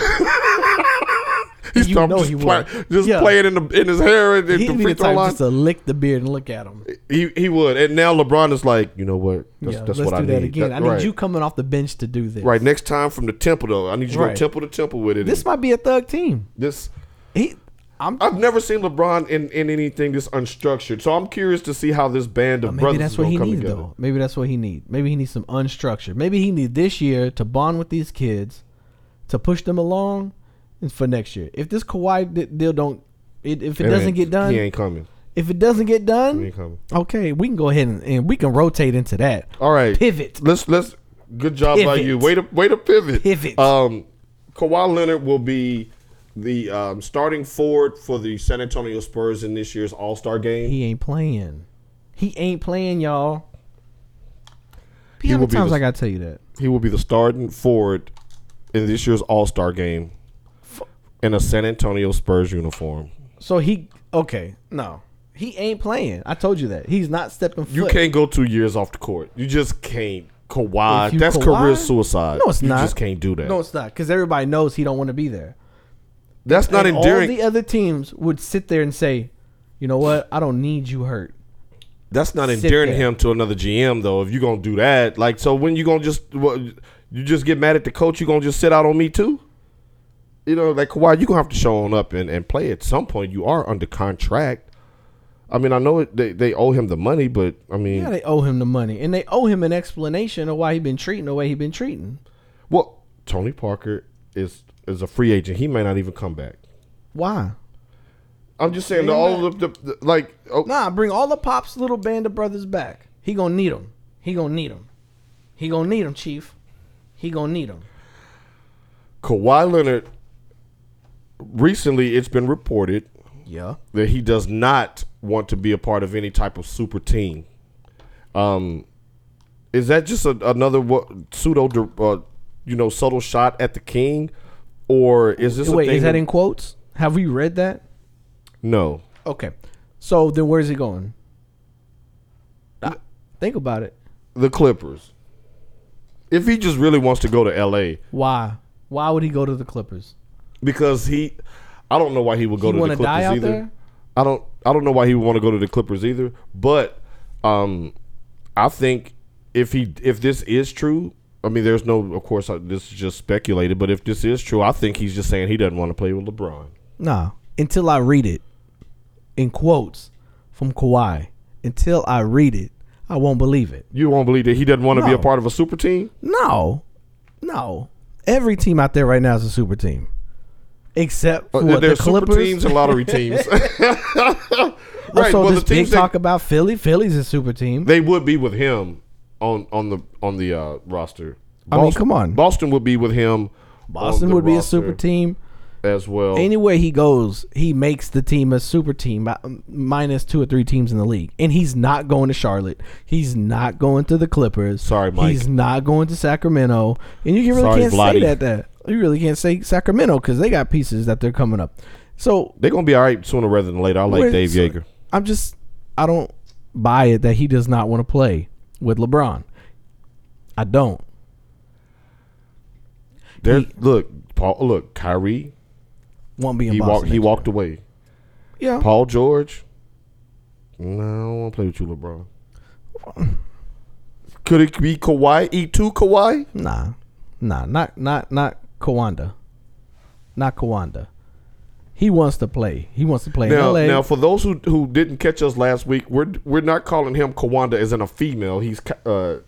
he's you I'm know just, he play- would. just Yeah. playing in the in his hair and the He'd be free the throw type line. just to lick the beard and look at him. he he would. And now LeBron is like, you know what? That's, yeah, that's let's what I do that need. again. That- I need right. you coming off the bench to do this. Right next time from the temple though. I need you to go Right. temple to temple with it. This might be a thug team. this He, I'm, I've never seen LeBron in, in anything this unstructured. So I'm curious to see how this band of maybe brothers that's is what gonna he come needs together. though. Maybe that's what he needs. Maybe he needs some unstructured. Maybe he needs this year to bond with these kids, to push them along, and for next year. If this Kawhi di- deal don't, it, if it And doesn't get done, He ain't coming. if it doesn't get He done, ain't coming. okay, we can go ahead and, and we can rotate into that. All right. Pivot. Let's let's good job by Pivot. you. Way to way to pivot. Pivot. Um Kawhi Leonard will be the um, starting forward for the San Antonio Spurs in this year's All Star game. He ain't playing. He ain't playing, y'all. He How will many be times the- I gotta tell you that? He will be the starting forward in this year's All Star game in a San Antonio Spurs uniform. So he okay, no. He ain't playing. I told you that. He's not stepping foot. You can't go two years off the court. You just can't. Kawhi, If you that's Kawhi- career suicide. No, it's you not. just can't do that. No, it's not, because everybody knows he don't want to be there. that's not And endearing. All the other teams would sit there and say, you know what? I don't need you hurt. That's not Sit endearing there. him to another GM though. If you're gonna do that, like, so when you gonna just what, you just get mad at the coach? You gonna just sit out on me too? You know, like Kawhi, you gonna have to show on up and, and play at some point. You are under contract. I mean, I know it, they they owe him the money, but I mean, Yeah, they owe him the money. And they owe him an explanation of why he been treating the way he been treating. well, Tony Parker is is a free agent. He may not even come back. Why? I'm just saying, the, all of the, the like, oh, Nah, bring all the pops little band of brothers back. He gonna need them. He gonna need them. He gonna need them, Chief. He gonna need them. Kawhi Leonard. Recently, it's been reported Yeah. that he does not want to be a part of any type of super team. Um, is that just a, another wa- pseudo, uh, you know, subtle shot at the king, or is this a Wait, thing is that that- in quotes? Have we read that? no? Okay. So then where's he going? Ah, Think about it. The Clippers. If he just really wants to go to L.A. Why? Why would he go to the Clippers? because he, I don't know why he would go He to the wanna Clippers die out either. there? I don't, I don't know why he would want to go to the Clippers either. But, um, I think if he, if this is true, I mean, there's no, of course, I, this is just speculated. But if this is true, I think he's just saying he doesn't want to play with LeBron. Nah. Until I read it in quotes from Kawhi. Until I read it, I won't believe it. You won't believe that he doesn't want to be a No. part of a super team. No, no. Every team out there right now is a super team, except for what, the there's Clippers. super teams <laughs> and lottery teams. <laughs> right. also, well, the this big teams that, talk about Philly. Philly's a super team. they would be with him on on the on the uh, roster. I mean, come on. Boston would be with him. on Boston the would be a roster. super team. as well. Anywhere he goes, he makes the team a super team, uh, minus two or three teams in the league. And he's not going to Charlotte. He's not going to the Clippers. Sorry, Mike. He's not going to Sacramento. And you really Sorry, can't Vladdy. say that. That you really can't say Sacramento because they got pieces that they're coming up. So They're gonna be all right sooner rather than later. I like Where- Dave so- Yeager. I'm just I don't buy it that he does not want to play with LeBron. I don't. There, look, Paul. Look, Kyrie. Won't be in He Boston. walked. He next walked away. year. Yeah. Paul George. No, I don't want to play with you, LeBron. Could it be Kawhi? E two Kawhi? Nah. Nah. Not not not Kawanda. Not Kawanda. He wants to play. He wants to play Now, in LA. now, for those who who didn't catch us last week, we're we're not calling him Kawanda as in a female. He's Ka- uh,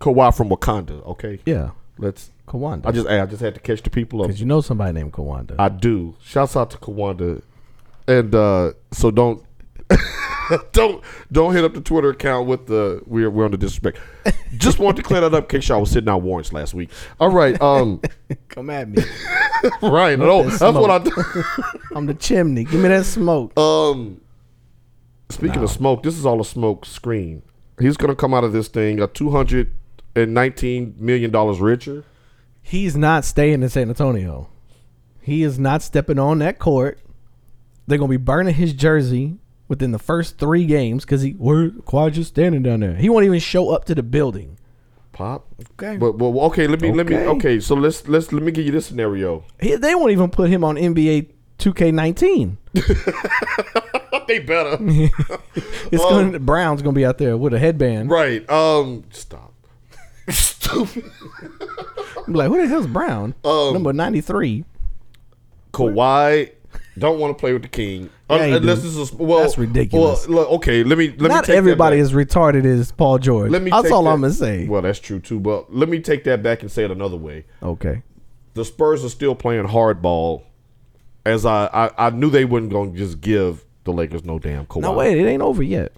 Kawhi from Wakanda. Okay. yeah. Let's. Kawanda. I just I just had to catch the people up. Cuz you know somebody named <laughs> Kawanda. I do. Shouts out to Kawanda, and uh, so don't <laughs> don't don't hit up the Twitter account with the we're we're under disrespect. Just wanted to clear that up in case y'all was sitting out warrants last week. All right, <laughs> um, Come at me. right, no, that that's what I. do. I'm the chimney. Give me that smoke. Um, speaking of smoke, this is all a smoke screen. He's gonna come out of this thing a two hundred and nineteen million dollars richer. He's not staying in San Antonio. He is not stepping on that court. They're gonna be burning his jersey within the first three games because he where Kawhi just standing down there. He won't even show up to the building. Pop. Okay. But, but okay, let me let me Okay. okay. So let's let's let me give you this scenario. He, they won't even put him on NBA 2K19. they better. It's Um, going to Brown's gonna be out there with a headband. <laughs> Right. Um. Stop. Stupid. I'm like, who the hell's Brown? Um, Number 93. Kawhi don't want to play with the king Un- Yeah, he unless do. this is well. That's ridiculous. Well, look, okay. Let me. Let me. Not take everybody that back. as retarded as Paul George. Let me. That's take all that- I'm gonna say. Well, that's true too. But let me take that back and say it another way. Okay. The Spurs are still playing hardball, as I I, I knew they wasn't going to just give the Lakers no damn Kawhi. No, wait, it ain't over yet.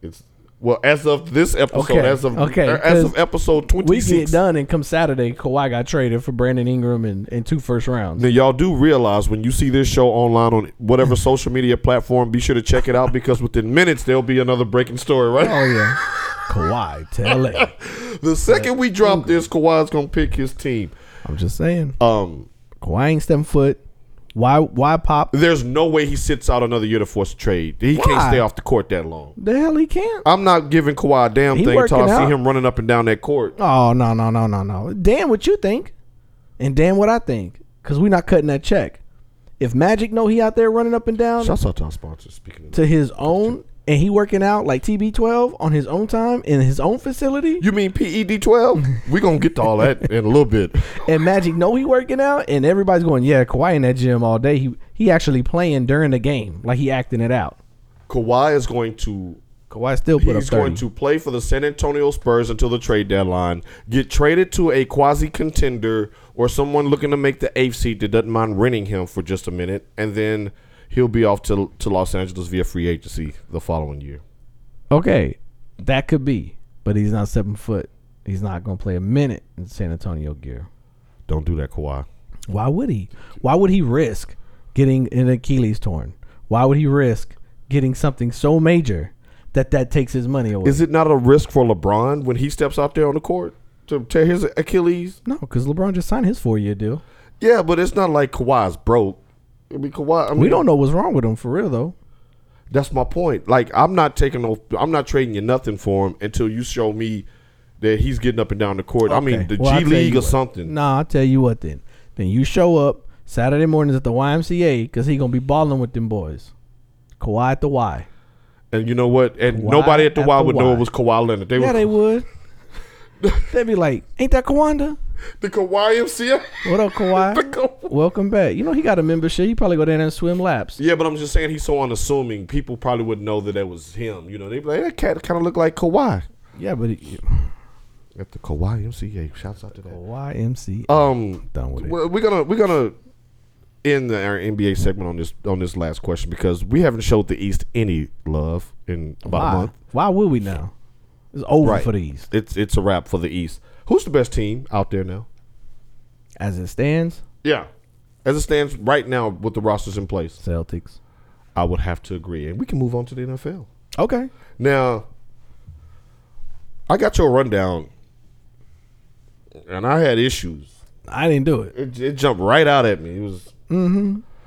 It's well as of this episode, Okay, as of okay, er, as of 'cause episode we twenty get six. done and come Saturday, Kawhi got traded for Brandon Ingram and, and two first rounds. Now y'all do realize when you see this show online on <laughs> whatever social media platform, be sure to check it out because within minutes there'll be another breaking story, right? Oh <laughs> yeah, Kawhi to LA. The second we drop this, Kawhi's gonna pick his team. I'm just saying, Um, Kawhi ain't stepping foot. Why? Why pop? there's no way he sits out another year to force a trade. He can't Why? stay off the court that long. The hell he can't. I'm not giving Kawhi a damn He thing until I working see out. him running up and down that court. Oh no no no no no. Damn what you think, and damn what I think, cause we not cutting that check. If Magic know he out there running up and down Shouts out to our sponsors. Speaking of, to his own, and he working out like TB12 on his own time in his own facility, you mean PED <laughs> twelve? We're gonna get to all that in a little bit. and Magic know he working out, and everybody's going, yeah, Kawhi in that gym all day. He he actually playing during the game, like he acting it out. Kawhi is going to Kawhi still put up He's thirty. going to play for the San Antonio Spurs until the trade deadline, get traded to a quasi contender or someone looking to make the eighth seed that doesn't mind renting him for just a minute, and then he'll be off to, to Los Angeles via free agency the following year. okay, that could be, but he's not seven foot. He's not going to play a minute in San Antonio gear. Don't do that, Kawhi. Why would he? Why would he risk getting an Achilles torn? Why would he risk getting something so major that that takes his money away? Is it not a risk for LeBron when he steps out there on the court to tear his Achilles? no, because LeBron just signed his four year deal. Yeah, but it's not like Kawhi's broke. I mean, Kawhi. I mean, We don't know what's wrong with him for real though. That's my point. Like I'm not taking no, I'm not trading you nothing for him until you show me that he's getting up and down the court. I mean, Okay. the Well, I'll G tell League you or what. something. Nah, I'll tell you what then. Then you show up Saturday mornings at the YMCA because he gonna be balling with them boys. Kawhi at the Y. And you know what? And Kawhi nobody at the at Y the would know Y. it was Kawhi Leonard. They Yeah, were they would. They'd be like, "Ain't that Kawanda? <laughs> the Kawhi MCA. What up, <laughs> The Kawhi? Kawhi- Welcome back. You know he got a membership. He probably go down there and swim laps. yeah, but I'm just saying he's so unassuming. People probably wouldn't know that that was him. You know, they'd be like, that cat kind of looked like Kawhi Yeah, but it, at the Kawhi MCA. Shouts out to that. YMCA. Um, Done with it. we're we're gonna we're gonna end the, our NBA segment on this on this last question because we haven't showed the East any love in about a Why? month. Why would we now? It's over Right. for the East. It's it's a wrap for the East. Who's the best team out there now? As it stands, Yeah. as it stands right now with the rosters in place, Celtics. I would have to agree. And we can move on to the NFL. Okay. Now, I got your rundown, and I had issues. I didn't do it. It, it jumped right out at me. It was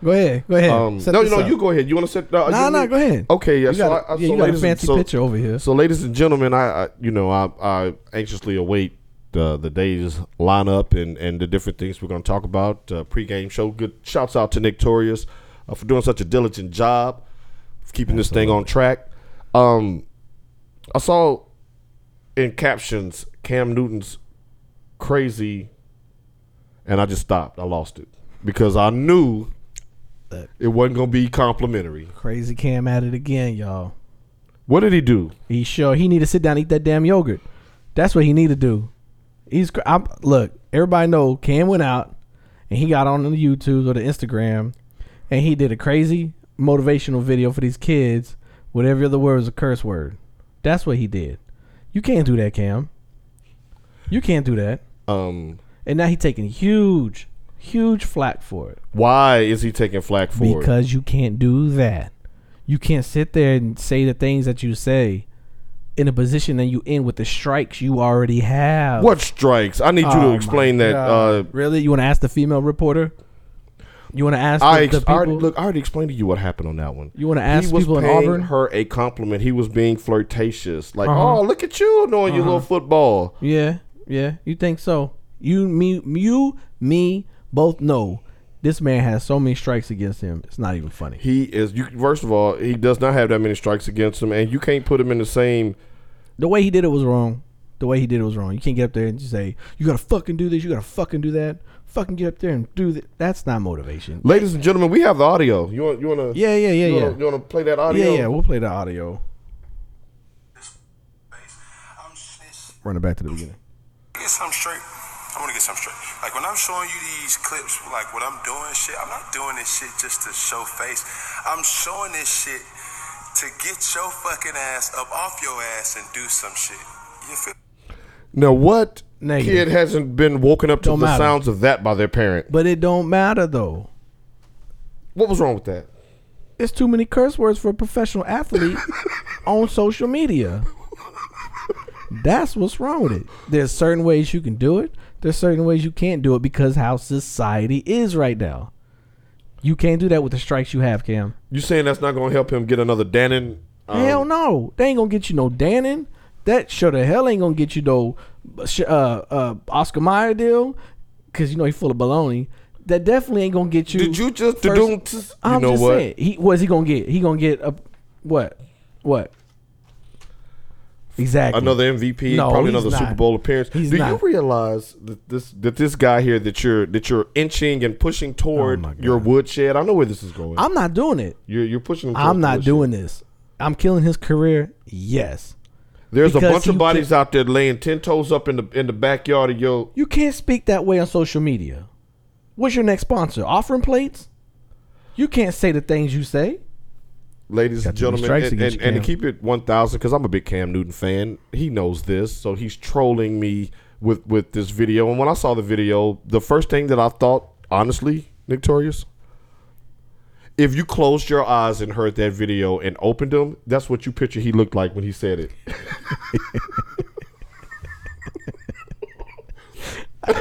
Go ahead. Go ahead. um, Set no, this no. up. You go ahead. You want to set? No, Nah, you- nah, go ahead. Okay, yeah. You so got, I, a- I, yeah, so you got a ladies and- fancy so- picture over here. So, ladies and gentlemen, I, I you know I, I anxiously await the the days lineup and and the different things we're going to talk about uh, pregame show. Good shouts out to Nick Torius uh, for doing such a diligent job of keeping this thing on track. Um, I saw in captions Cam Newton's crazy, and I just stopped. I lost it because I knew That- it wasn't going to be complimentary. Crazy Cam at it again, y'all. What did he do? He sure he need to sit down and eat that damn yogurt. That's what he need to do. He's cr- I'm, look. Everybody know Cam went out and he got on the YouTube or the Instagram and he did a crazy motivational video for these kids. with every other word was a curse word. That's what he did. You can't do that, Cam. You can't do that. Um. And now he taking huge, huge flack for it Why is he taking flack for it? because you can't do that. You can't sit there and say the things that you say in a position that you in with the strikes you already have. What strikes? I need you Oh to my explain that. Uh, God. really? You want to ask the female reporter? You want to ask I, the, ex- the I people? already, look. I already explained to you what happened on that one. You wanna ask He was people in paying Auburn? her a compliment. He was being flirtatious, like, Uh-huh. "Oh, look at you knowing your little football." yeah, yeah. You think so? You, me, you, me, both know this man has so many strikes against him. It's not even funny. He is. You first of all, he does not have that many strikes against him, and you can't put him in the same. the way he did it was wrong. The way he did it was wrong. You can't get up there and just say, you gotta fucking do this, you gotta fucking do that. Fucking get up there and do that. That's not motivation. Ladies and gentlemen, we have the audio. You want? You want to? Yeah, yeah, yeah, you yeah. Wanna, you want to play that audio? yeah, yeah, we'll play the audio. Run it back to the beginning. get something straight. I want to get something straight. Like when I'm showing you these clips, like what I'm doing, shit. I'm not doing this shit just to show face. I'm showing this shit to get your fucking ass up off your ass and do some shit. You feel? Now, what Negative. kid hasn't been woken up to Don't the matter. sounds of that by their parent? But it don't matter though. What was wrong with that? It's too many curse words for a professional athlete on social media. That's what's wrong with it. There's certain ways you can do it. There's certain ways you can't do it because how society is right now. You can't do that with the strikes you have, Cam. You saying that's not going to help him get another Dannon? um, Hell no. They ain't gonna get you no Dannon. That sure the hell ain't gonna get you no sh- uh, uh, Oscar Mayer deal, cause you know he full of baloney. That definitely ain't gonna get you. Did you just first- do you I'm know just what? saying. He what's he gonna get? He gonna get a what? What? Exactly. Another MVP, No, probably he's another not. Super Bowl appearance. He's Do not. you realize that this that this guy here that you're that you're inching and pushing toward Oh my God. your woodshed? I know where this is going. I'm not doing it. you're you're pushing. Him toward I'm the not woodshed. doing this. I'm killing his career. Yes. There's a because bunch of you bodies out there laying ten toes up in the in the backyard of your. You can't speak that way on social media. What's your next sponsor? Offering plates? You can't say the things you say. Ladies and too many gentlemen, strikes and, against and, you, and to Cam. keep it one thousand, because I'm a big Cam Newton fan. He knows this, so he's trolling me with with this video. And when I saw the video, the first thing that I thought, honestly, Victorious, if you closed your eyes and heard that video and opened them, that's what you picture he looked like when he said it. <laughs>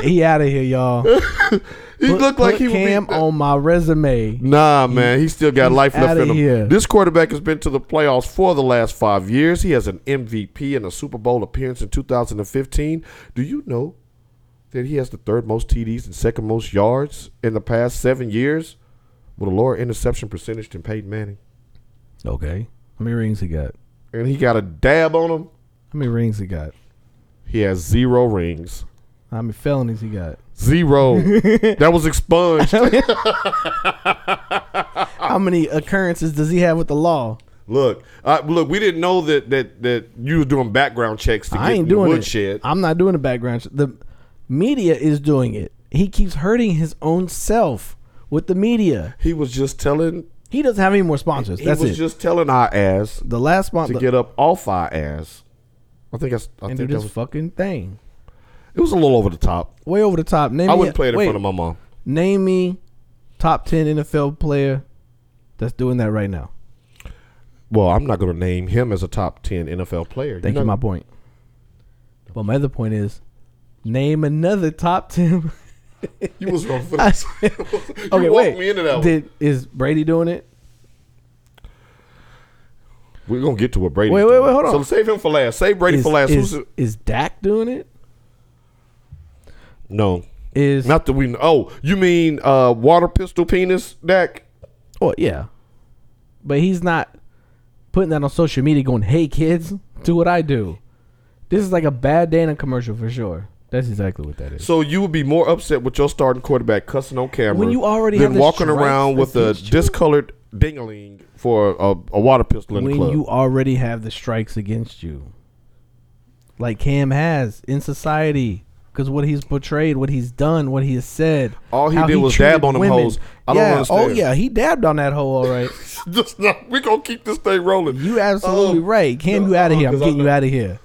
He out of here, y'all. <laughs> he looked like he would be. Cam on my resume. Nah, man, he still got he's life left outta in him. here. This quarterback has been to the playoffs for the last five years. He has an MVP and a Super Bowl appearance in 2015. Do you know that he has the third most TDs and second most yards in the past seven years with a lower interception percentage than Peyton Manning? Okay. How many rings he got? And he got a dab on him. How many rings he got? He has zero rings. How many felonies he <laughs> got? <laughs> Zero. that was expunged. How many occurrences does he have with the law? look, uh, look, we didn't know that that that you was doing background checks to I get ain't the doing woodshed. it. I'm not doing the background. sh- The media is doing it. He keeps hurting his own self with the media. He was just telling He doesn't have any more sponsors. He That's was it. just telling our ass the last to sponsor get up off our ass. I think that's. I and do think that this was. fucking thing. It was a little over the top. Way over the top. Name I me wouldn't play it in wait, front of my mom. Name me top ten NFL player that's doing that right now. Well, I'm not going to name him as a top ten NFL player. Thank you. know- my point. But my other point is, name another top <laughs> ten. You was wrong for <laughs> I- that. you okay, walked wait. me into that one. Did is Brady doing it? <laughs> We're gonna get to what Brady. Wait, wait, wait, hold on. So save him for last. Save Brady Is, for last. is, Who's- is Dak doing it? no, Is not that we. kn- Oh, you mean uh, water pistol penis Dak? Well, oh, yeah, but he's not putting that on social media. Going, hey kids, do what I do. This is like a bad Dana commercial for sure. That's exactly what that is. So you would be more upset with your starting quarterback cussing on camera When you already than have the walking stripes around with a against you? discolored dingling for a, a water pistol in when the club. you already have the strikes against you, like Cam has in society, because what he's portrayed, what he's done, what he has said, All he how did was dab treated on them women. hoes. I don't yeah. Oh understand. yeah, he dabbed on that hoe. All <laughs> right, Just not- we gonna keep this thing rolling. you absolutely Um, right. Cam, no, you out of uh, here. I'm 'cause I getting you know- out of here.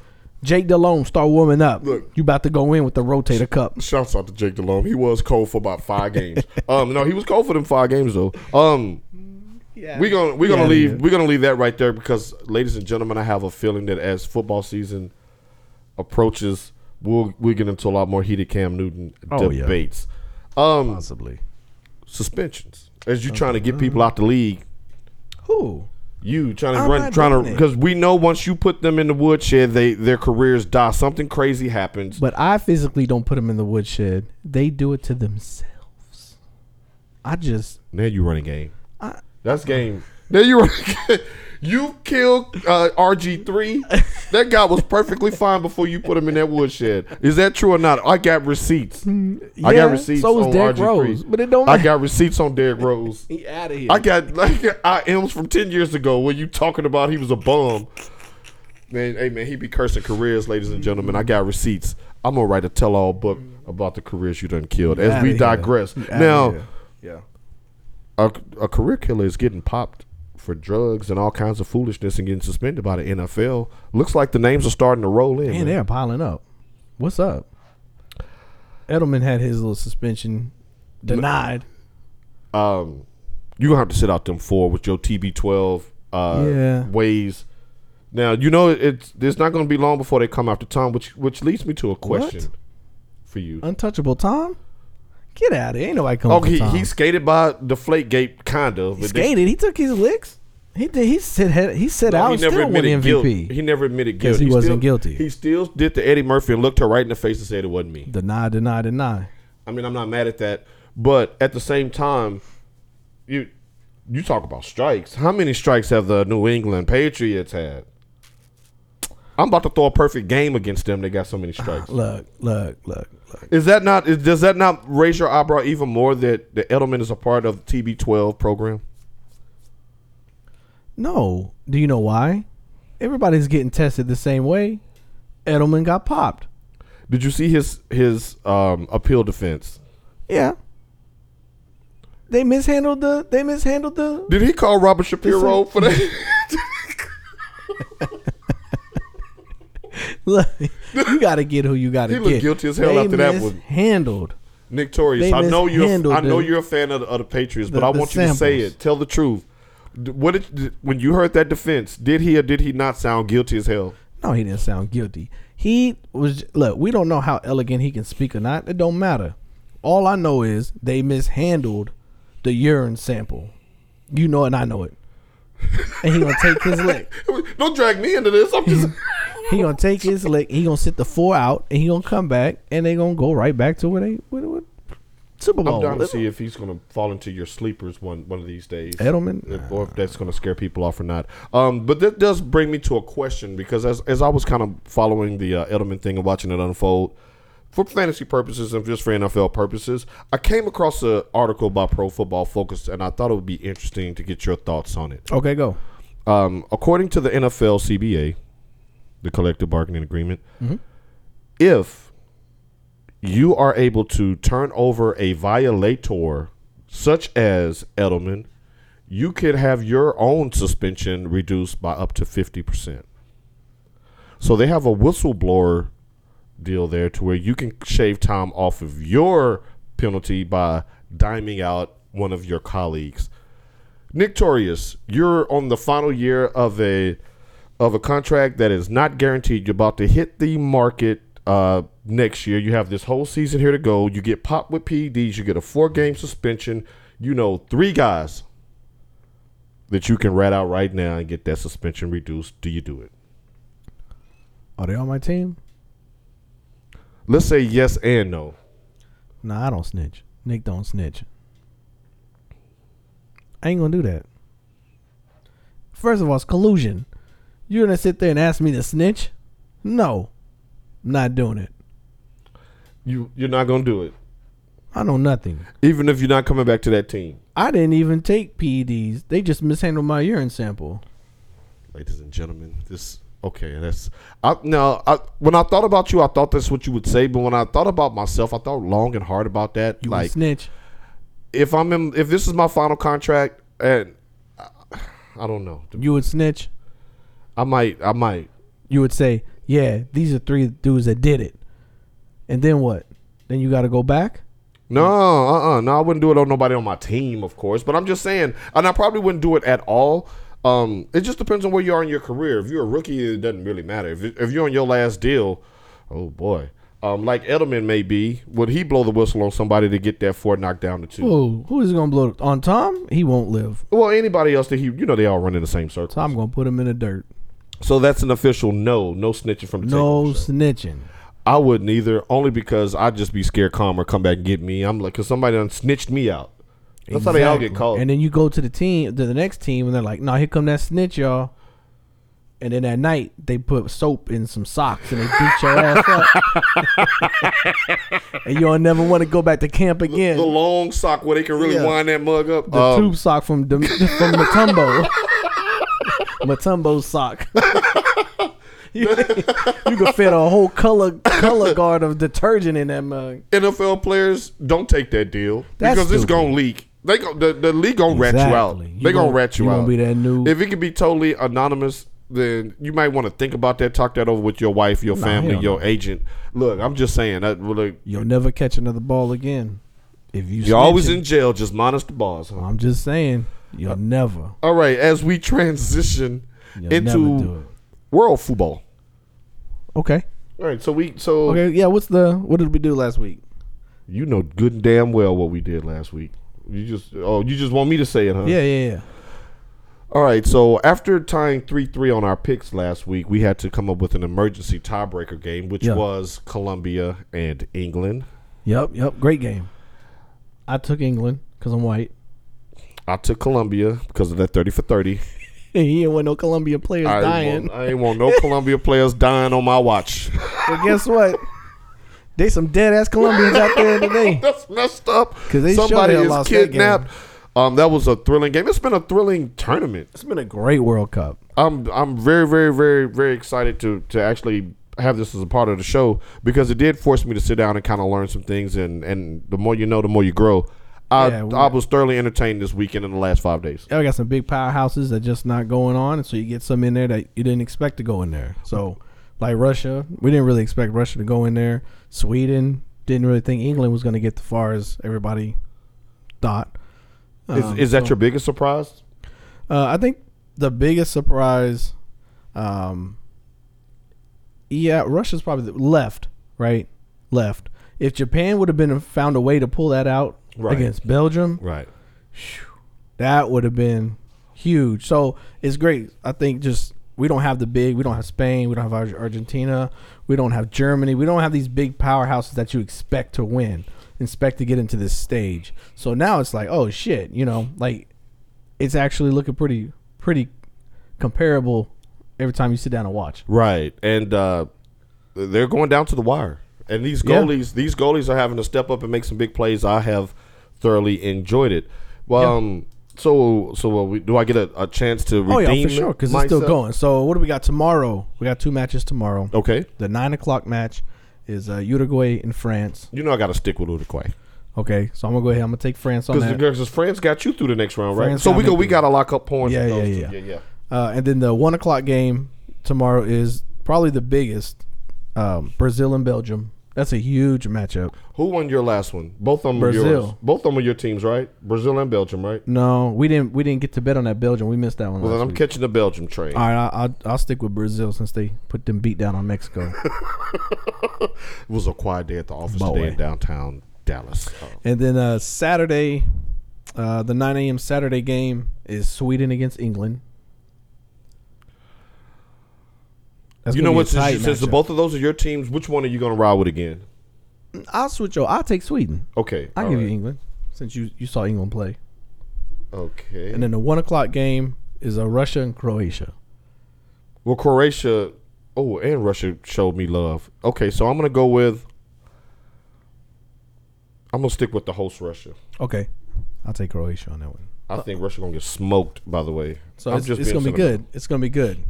Jake Delhomme, start warming up. Look. you about to go in with the rotator cup. Shouts out to Jake Delhomme. He was cold for about five games. <laughs> um, no, he was cold for them five games though. Um, we gonna we gonna outta leave here. we gonna leave that right there because, ladies and gentlemen, I have a feeling that as football season approaches, we'll we'll get into a lot more heated Cam Newton Oh, yeah. Uh, debates. Um, Possibly. suspensions as uh, you trying to get people out the league. Who? You trying to I'm run, not trying to doing it. because we know once you put them in the woodshed, they their careers die. Something crazy happens. But I physically don't put them in the woodshed. They do it to themselves. I just Now you running game. That's game. Now you running game. You killed uh, RG three. That guy was perfectly fine before you put him in that woodshed. Is that true or not? I got receipts. I Yeah, got receipts so was on Derrick RG3. Rose, but it don't I matter. got receipts on Derrick Rose. <laughs> he out of here. I got like IMs from ten years ago where you talking about he was a bum. Man, hey man, he be cursing careers, ladies and gentlemen. I got receipts. I'm gonna write a tell-all book about the careers you done killed. As outta we here. digress, You outta now here. yeah. a, a career killer is getting popped for drugs and all kinds of foolishness and getting suspended by the NFL. Looks like the names are starting to roll in. Man, man. they're piling up. What's up? Edelman had his little suspension denied. Um, you gonna have to sit out them four with your TB12 uh, Yeah. ways. Now you know it's it's not gonna be long before they come after Tom, which which leads me to a question for you. Untouchable Tom? Get out of here. Ain't nobody coming Oh, for he, Tom. he skated by the flake gate, kind of. he skated. He took his licks. He did. He said he said out and still won MVP. guilt. He never admitted guilt. he wasn't still- guilty. He still did the Eddie Murphy and looked her right in the face and said it wasn't me. deny, deny, deny. I mean, I'm not mad at that, but at the same time, you you talk about strikes. How many strikes have the New England Patriots had? I'm about to throw a perfect game against them. They got so many strikes. Look, look, look, look. Is that not? Is, does that not raise your eyebrow even more that the Edelman is a part of the TB12 program? No. Do you know why? Everybody's getting tested the same way. Edelman got popped. Did you see his his um, appeal defense? Yeah. They mishandled the. They mishandled the. Did he call Robert Shapiro for that? Look, <laughs> you gotta get who you gotta He get. looked guilty as hell They after that one. Mishandled. Nick Torres, They I know you're mishandled I know the- you're a fan of the, of the Patriots, the- but I the want you to say samples. it. Tell the truth. D- What did, d- when you heard that defense? Did he or did he not sound guilty as hell? <laughs> No, he didn't sound guilty. He was look, we don't know how elegant he can speak or not. It don't matter. All I know is they mishandled the urine sample. You know it and I know it. And he gonna take his lick. Don't drag me into this. <laughs> I'm just He gonna take his lick. He gonna sit the four out and he gonna come back and they gonna go right back to where they what, what Super I'm Bowl. down to see if he's going to fall into your sleepers one one of these days. Edelman? If- or if that's going to scare people off or not. Um, but that does bring me to a question because as as I was kind of following the uh, Edelman thing and watching it unfold. For fantasy purposes and just for NFL purposes, I came across an article by Pro Football Focus, and I thought it would be interesting to get your thoughts on it. Okay, go. Um, according to the NFL CBA, the collective bargaining agreement, if you are able to turn over a violator such as Edelman, you could have your own suspension reduced by up to 50%. So they have a whistleblower deal there to where you can shave time off of your penalty by diming out one of your colleagues. Nick Torius, you're on the final year of a of a contract that is not guaranteed. You're about to hit the market uh, next year. You have this whole season here to go. You get popped with PEDs. You get a four game suspension. You know three guys that you can rat out right now and get that suspension reduced. Do you do it? Are they on my team? Let's say yes and no. Nah, I don't snitch. Nick don't snitch. I ain't gonna do that. First of all, it's collusion. You're gonna sit there and ask me to snitch? No, I'm not doing it. You you're not gonna do it, I know nothing. even if you're not coming back to that team. I didn't even take PEDs. They just mishandled my urine sample. ladies and gentlemen. This okay. That's I, now. I, when I thought about you, I thought that's what you would say. But when I thought about myself, I thought long and hard about that. You like snitch. if I'm in, if this is my final contract, and I, I don't know, You would snitch. I might, I might. You would say, "Yeah, these are three dudes that did it." And then what? Then you got to go back. No, uh, uh no, I wouldn't do it on nobody on my team, of course. But I'm just saying, and I probably wouldn't do it at all. Um, it just depends on where you are in your career. If you're a rookie, it doesn't really matter. If, if you're on your last deal, oh boy, um, like Edelman may be, would he blow the whistle on somebody to get that four knocked down to two? Who who is gonna blow on Tom? He won't live. Well, anybody else that he, you know, they all run in the same circle. Tom gonna put him in the dirt. So that's an official no, no snitching from the No Takeover Show. snitching. I wouldn't either, only because I'd just be scared. Calmer, come back and get me. I'm like, cause somebody done snitched me out. That's how they all get Exactly. caught. And then you go to the team, to the next team, and they're like, "No, nah, here come that snitch, y'all." And then at night they put soap in some socks and they beat your ass up, <laughs> and you'll never want to go back to camp again. the The, long sock where they can really Yeah. wind that mug up. Um, tube sock from Dem- from Matumbo, <laughs> Matumbo's sock. <laughs> you, you could fit a whole color color guard of detergent in that mug. NFL players don't take that deal That's because it's stupid. gonna leak. They go, the the league gonna rat you out. Exactly. You They gonna gon- rat you, you out. gonna be that new- If it can be totally anonymous, then you might want to think about that. Talk that over with your wife, your family, hell your agent. Look, I'm just saying. That, well, look, You'll never catch another ball again if you. you're always snitching. in jail. Just minus the bars. Huh? I'm just saying, you'll never. All right, as we transition You'll never do into it. world football. Okay. All right, so we so Okay. Yeah. What's the? What did we do last week? you know good and damn well what we did last week. You just oh you just want me to say it, huh? Yeah. Yeah. Yeah. All right, so after tying 3 3 on our picks last week, we had to come up with an emergency tiebreaker game, which Yeah. was Colombia and England. Yep. Yep. Great game. I took England because I'm white. I took Colombia because of that 30 for 30. <laughs> he didn't want no Colombian players I dying. ain't, want, I ain't want no <laughs> Colombia players dying on my watch. <laughs> But guess what? They some dead ass Colombians out there today. That's messed up. 'Cause they sure Somebody hell is lost that game. kidnapped. Um, that was a thrilling game. It's been a thrilling tournament. It's been a <laughs> great World Cup. I'm I'm very very very very excited to to actually have this as a part of the show because it did force me to sit down and kind of learn some things and and the more you know the more you grow. I Yeah, we- I was thoroughly entertained this weekend in the last five days. Yeah, we got some big powerhouses that just not going on, and so you get some in there that you didn't expect to go in there. So, like Russia, we didn't really expect Russia to go in there. Sweden didn't really think England was going to get as far as everybody thought. Um, is is that your biggest surprise? Uh, I think the biggest surprise, um, yeah, Russia's probably the left, right, left. If Japan would have been found a way to pull that out Right. against Belgium, Right. that would have been huge. So it's great. I think just we don't have the big. We don't have Spain. We don't have Ar- Argentina. We don't have Germany. We don't have these big powerhouses that you expect to win, expect to get into this stage. So now it's like, oh shit, you know, like it's actually looking pretty pretty comparable every time you sit down and watch. Right. And uh, they're going down to the wire. And these Yeah. goalies, these goalies are having to step up and make some big plays. I have thoroughly enjoyed it. Well, um, so so uh, we, do I get a, a chance to redeem? Oh yeah, for sure, because it's still myself? going. So what do we got tomorrow? We got two matches tomorrow. Okay. The nine o'clock match is uh, Uruguay and France. You know I got to stick with Uruguay Okay, so I'm gonna go ahead. I'm gonna take France on that. because France got you through the next round, right? France so got we me go. We through. got to lock up points. Yeah, with yeah, those yeah. two. yeah, yeah. Uh, and then the one o'clock game tomorrow is probably the biggest. Um, Brazil and Belgium. That's a huge matchup. Who won your last one? Both of them were yours. Brazil. Both of them were your teams, right? Brazil and Belgium, right? No, we didn't. We didn't get to bet on that Belgium. We missed that one. Well, last then I'm week. Uh, catching the Belgium train. All right, I, I'll, I'll stick with Brazil since they put them beat down on <laughs> Mexico. It was a quiet day at the office Boy. today in downtown Dallas. Uh, and then uh, Saturday, uh, the 9 a.m. Saturday game is Sweden against England. That's you gonna know be a what? Since, tight since the matchup. both of those are your teams, which one are you going to ride with again? I'll switch. Over. I'll take Sweden. Okay. I'll all give you right. England since you you saw England play. Okay. And then the one o'clock game is uh, Russia and Croatia. Well, Croatia, oh, and Russia showed me love. Okay, so I'm gonna go with. I'm gonna stick with the host Russia. Okay, I'll take Croatia on that one. I think Russia gonna get smoked. By the way, So I'm it's, it's being gonna be sentimental. good. It's gonna be good.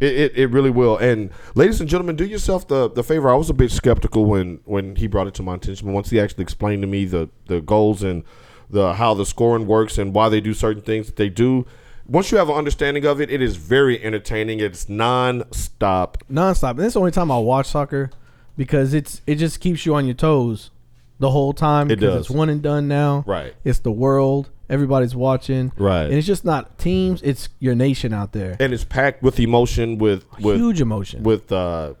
It, it it really will. And ladies and gentlemen, do yourself the, the favor. I was a bit skeptical when, when he brought it to my attention, but once he actually explained to me the, the goals and the how the scoring works and why they do certain things that they do. Once you have an understanding of it, it is very entertaining. It's non-stop. nonstop. And this is the only time I watch soccer because it's it just keeps you on your toes the whole time. It 'cause does. It's one and done now. Right. It's the world. Everybody's watching. Right. And it's just not teams. It's your nation out there. and it's packed with emotion with with Huge emotion. with uh,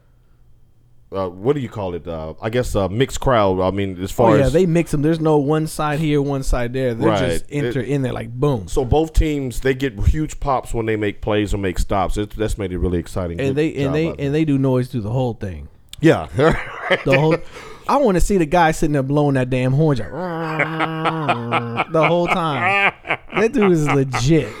uh what do you call it uh i guess uh mixed crowd i mean as far oh yeah, as they mix them. There's no one side here, one side there. They Right. just enter It- in there like boom. so both teams they get huge pops when they make plays or make stops it, that's made it really exciting And Good they job and they out there. and they do noise through the whole thing. yeah <laughs> The whole. I want to see the guy sitting there blowing that damn horn, just <laughs> the whole time. That dude is legit.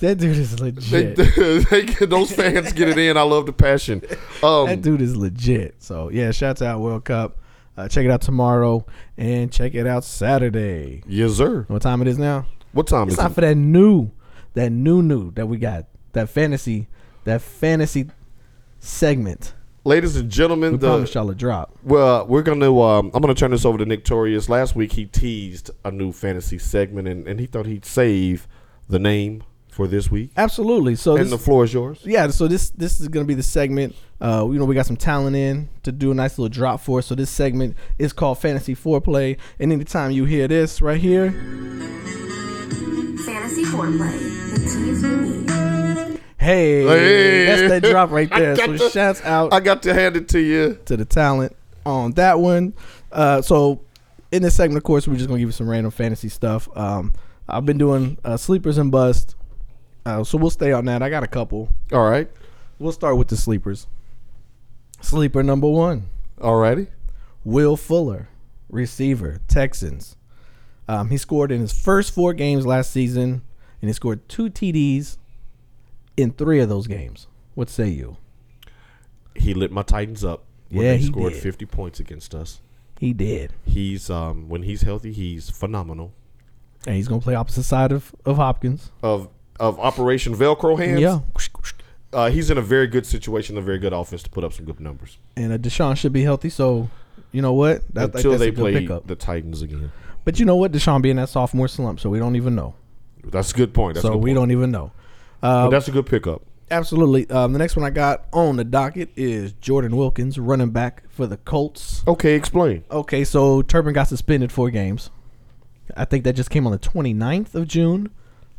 That dude is legit. <laughs> they get, those fans get it in i love the passion um that dude is legit. So yeah, shouts out World Cup. Uh, check it out tomorrow and check it out Saturday. yes sir What time it is now? what time It's is time it for that new, that new new that we got. That fantasy, that fantasy segment. ladies and gentlemen We the promised y'all a drop. Well, we're gonna. Um, I'm gonna turn this over to Nick Torres. Last week he teased a new fantasy segment, and, and he thought he'd save the name for this week. Absolutely. So And the this, floor is yours. yeah, so this this is gonna be the segment. Uh, you know, we got some talent in to do a nice little drop for. us. So this segment is called Fantasy Foreplay. And anytime you hear this right here, Fantasy foreplay. The teas you need. hey, Hey. that's that drop right there. <laughs> I got So the- shouts out. I got to hand it to you. to the talent on that one. Uh, so in this segment, of course, we're just gonna give you some random fantasy stuff. Um, I've been doing uh, sleepers and bust, uh, so we'll stay on that. I got a couple. All right. We'll start with the sleepers. Sleeper number one: All righty. Will Fuller, receiver, Texans. Um, he scored in his first four games last season, and he scored two TDs in three of those games. What say you? He lit my Titans up. When Yeah, they he scored did. 50 points against us. He did, He's um when he's healthy, he's phenomenal. and he's gonna play opposite side of of Hopkins. Of of Operation Velcro hands. Yeah. Uh, he's in a very good situation, a very good offense to put up some good numbers and uh, Deshaun should be healthy. So you know what? That, like, until that's a they good play pickup. the Titans again. but you know what? Deshaun be in that sophomore slump, so we don't even know. That's a good point. That's a so good we point. don't even know. But that's a good pickup. Absolutely. Um, the next one I got on the docket is Jordan Wilkins, running back for the Colts. Okay, explain. Okay, so Turbin got suspended four games. I think that just came on the 29th of June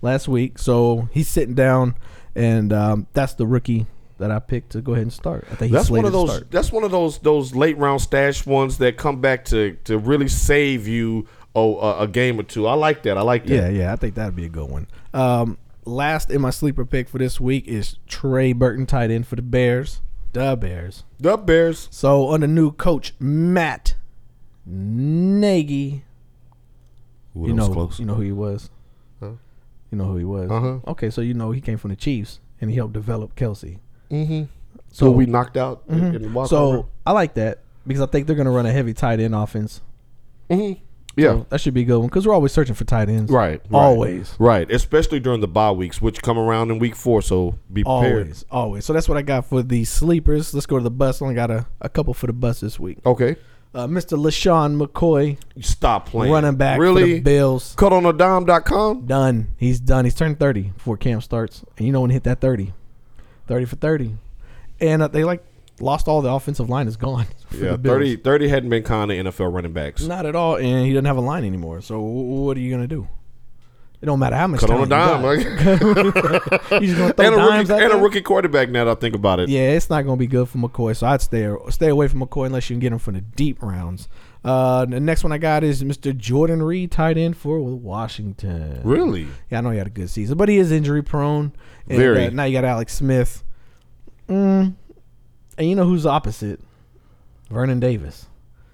last week. So he's sitting down, and um, that's the rookie that I picked to go ahead and start. I think he's That's one slated of to those. start. That's one of those those late round stash ones that come back to to really save you oh a, a game or two. I like that. I like that. Yeah, yeah, I think that'd be a good one. Um, last in my sleeper pick for this week is Trey Burton, tight end for the Bears, the Bears. The Bears. So under new coach Matt Nagy, Ooh, you that was know, close. you know who he was. You know who he was. Uh-huh. Okay, so you know he came from the Chiefs and he helped develop Kelsey. Mm-hmm. so we knocked out in- in the walk Mm-hmm. So I like that because I think they're going to run a heavy tight end offense. eh, yeah. That should be a good one because we're always searching for tight ends. Right, right. Always. Right, especially during the bye weeks, which come around in week four. So be prepared. Always, always. So that's what I got for the sleepers. Let's go to the bus. Only got a, a couple for the bus this week. Okay. Uh, Mr. LaShawn McCoy, Stop playing. running back for Really. the Bills. Cut on a dime.com. Done. He's done. He's turned 30 before camp starts. And you know when he hit that 30. 30 for 30. And uh, they like lost all the offensive line is gone. <laughs> for Yeah, the Bills. 30, 30 hadn't been kind of NFL running backs. Not at all, and he doesn't have a line anymore. So wh- what are you gonna do? It don't matter how much. Cut on a dime. talent Like, <laughs> you got. <laughs> You just gonna throw and, a dimes rookie, at and a them? rookie quarterback now that I think about it. Yeah, it's not gonna be good for McCoy. So I'd stay stay away from McCoy unless you can get him from the deep rounds. Uh, the next one I got is Mr. Jordan Reed, tight end for Washington. Really? Yeah, I know he had a good season, but he is injury prone. And, Very. uh, now you got Alex Smith. Mm. And you know who's the opposite? Vernon Davis.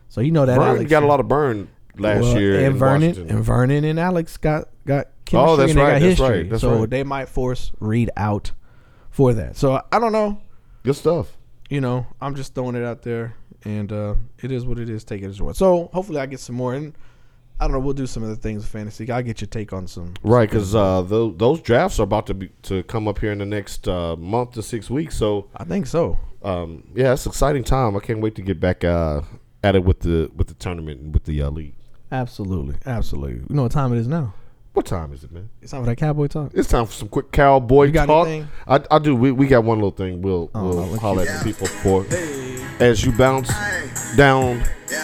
So you know that Vernon Alex got a lot of burn last Well, year And in Vernon Washington. Oh, and Vernon and Alex got got chemistry that's and they right, got that's history. right, that's so right. they might force Reed out for that. So I don't know. Good stuff. You know, I'm just throwing it out there, and uh, it is what it is. Take it as you want. So hopefully I get some more, and I don't know. We'll do some other things with fantasy. I'll get your take on some. Right, because uh, tho- those drafts are about to be, to come up here in the next uh, month to six weeks. So, I think so. um, yeah, it's an exciting time. I can't wait to get back uh, at it with the with the tournament and with the uh, league. Absolutely, absolutely. You know what time it is now? What time is it, man? It's time for that cowboy talk. It's time for some quick cowboy You got talk. anything? I, I do. We, we got one little thing. We'll Oh, we'll I'll let holler at the people for as you bounce down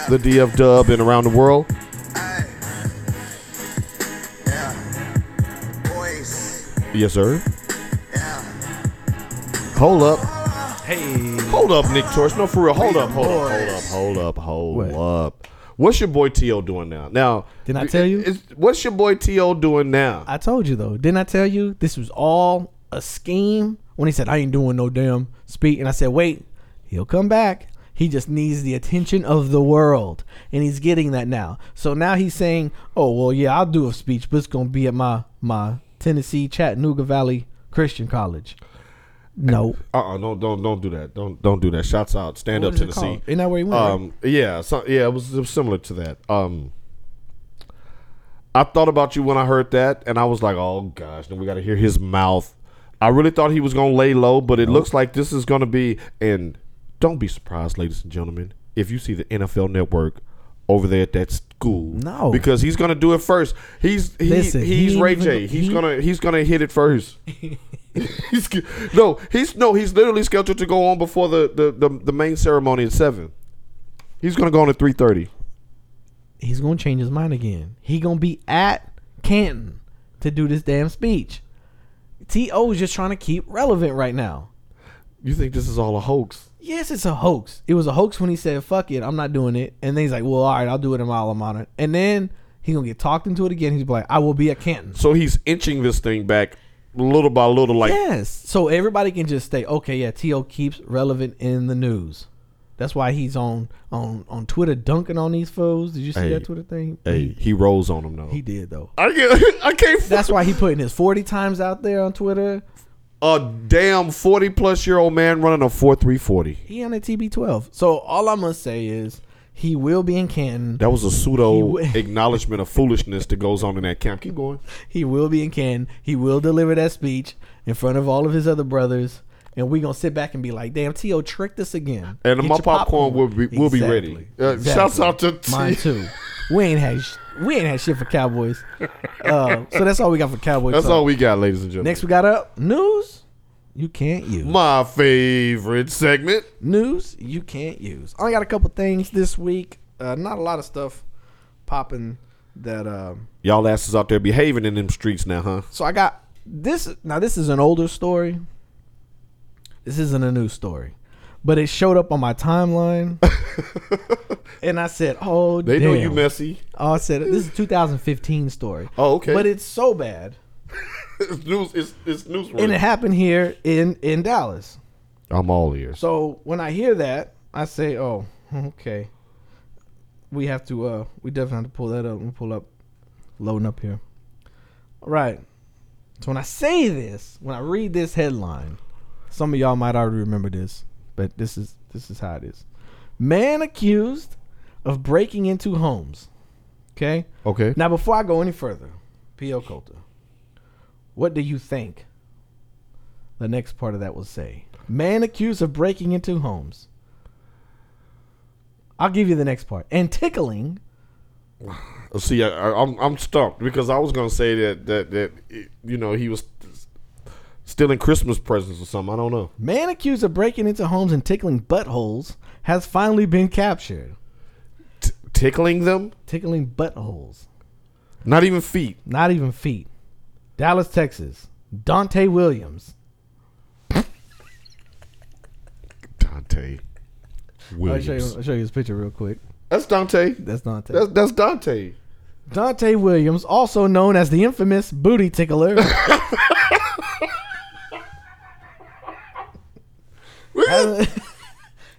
the DF Dub and around the world. Yes, sir. Hold up. Hey. Hold up, Nick Torres. No, for real. Hold up. Hold up. Hold up. Hold up. Hold What? up. What's your boy To doing now? Now, Didn't I tell you? it's- what's your boy To doing now? I told you though. Didn't I tell you this was all a scheme? When he said I ain't doing no damn speak, and I said, wait, he'll come back. He just needs the attention of the world, and he's getting that now. So now he's saying, oh well, yeah, I'll do a speech, but it's gonna be at my my Tennessee Chattanooga Valley Christian College. No, Uh uh don't don't don't do that. Don't don't do that. Shouts out. Stand What up is it Tennessee. called? Isn't that where he went, right? Um yeah, so, yeah, it was, it was similar to that. Um I thought about you when I heard that and I was like, "Oh gosh, then we got to hear his mouth." I really thought he was going to lay low, but it looks like this is going to be and don't be surprised, ladies and gentlemen, if you see the NFL network over there at that school. No. Because he's going to do it first. He's he, Listen, he he's ain't Ray even J. go- He's he- going to he's going to hit it first. He's sch- no, he's no, he's literally scheduled to go on before the the, the, the main ceremony at seven. He's gonna go on at three thirty. he's gonna change his mind again. He gonna be at Canton to do this damn speech. To is just trying to keep relevant right now. You think this is all a hoax? Yes, it's a hoax. It was a hoax when he said, "Fuck it, I'm not doing it." And then he's like, "Well, all right, I'll do it in my alma mater." And then he gonna get talked into it again. He's like, "I will be at Canton." So he's inching this thing back little by little, like Yes, so everybody can just say, "Okay, yeah, To keeps relevant in the news." That's why he's on on on Twitter dunking on these fools. Did you see Hey. that Twitter thing? hey, he rolls on him though. He did though. I can't. <laughs> I can't. That's why he putting his forty times out there on Twitter. a damn forty plus year old man running a four three forty. He on a TB12. So all I'm gonna say is he will be in Canton. That was a pseudo He w- <laughs> acknowledgement of foolishness that goes on in that camp. Keep going. He will be in Canton. He will deliver that speech in front of all of his other brothers. And we gonna sit back and be like, damn, T.O. tricked us again. And Get my your popcorn will be- will be ready. Uh, shouts out to T.O. Mine too. We ain't had sh- we ain't had shit for Cowboys. Uh, so that's all we got for Cowboys. That's talk. all we got, ladies and gentlemen. Next we got up news you can't use. my favorite segment. news you can't use. I got a couple things this week. Uh, not a lot of stuff popping that. Um, Y'all asses out there behaving in them streets now, huh? so I got this. Now this is an older story. This isn't a new story, but it showed up on my <laughs> timeline, and I said, "Oh, They know you damn. messy. <laughs> Oh, I said this is 2015 story. Oh, okay. But it's so bad, It's news. It's, it's newsworthy. and it happened here in in Dallas. I'm all ears. So when I hear that, I say, "Oh, <laughs> okay." We have to. uh We definitely have to pull that up. We pull up, loading up here. All right. So when I say this, when I read this headline, some of y'all might already remember this, but this is this is how it is. Man accused of breaking into homes. Okay. Okay. Now before I go any further, P.O. Coulter, what do you think the next part of that will say. Man accused of breaking into homes. I'll give you the next part. And tickling. Uh, See, I, I, I'm I'm stumped because I was gonna say that that that it- you know he was stealing Christmas presents or something. I don't know. Man accused of breaking into homes and tickling buttholes has finally been captured. T- tickling them? Tickling buttholes, Not even feet. not even feet. Dallas, Texas. Dante Williams. Dante I'll show, you, Williams. I'll show you his picture real quick. That's Dante. That's Dante. That's, that's Dante. Dante Williams, also known as the infamous booty <laughs> tickler, <laughs> has-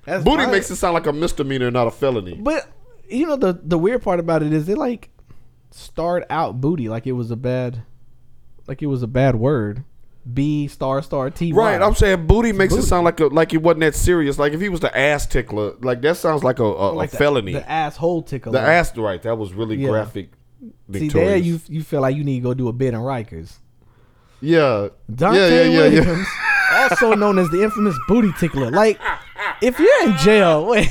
has Booty fin- makes it sound like a misdemeanor, not a felony. But you know the the weird part about it is they like starred out booty like it was a bad, like it was a bad word. B star star T. Y. Right, I'm saying booty makes it booty. sound like a, like it wasn't that serious. Like if he was the ass tickler, like that sounds like a, a, Like a the- felony. The, asshole tickler. The ass, right? That was really Yeah. graphic. See Victorious. there you you feel like you need to go do a bid in Rikers. yeah, Dante yeah, yeah, yeah, yeah. Williams, also known as the infamous booty tickler. Like, if you're in jail, <laughs> wait,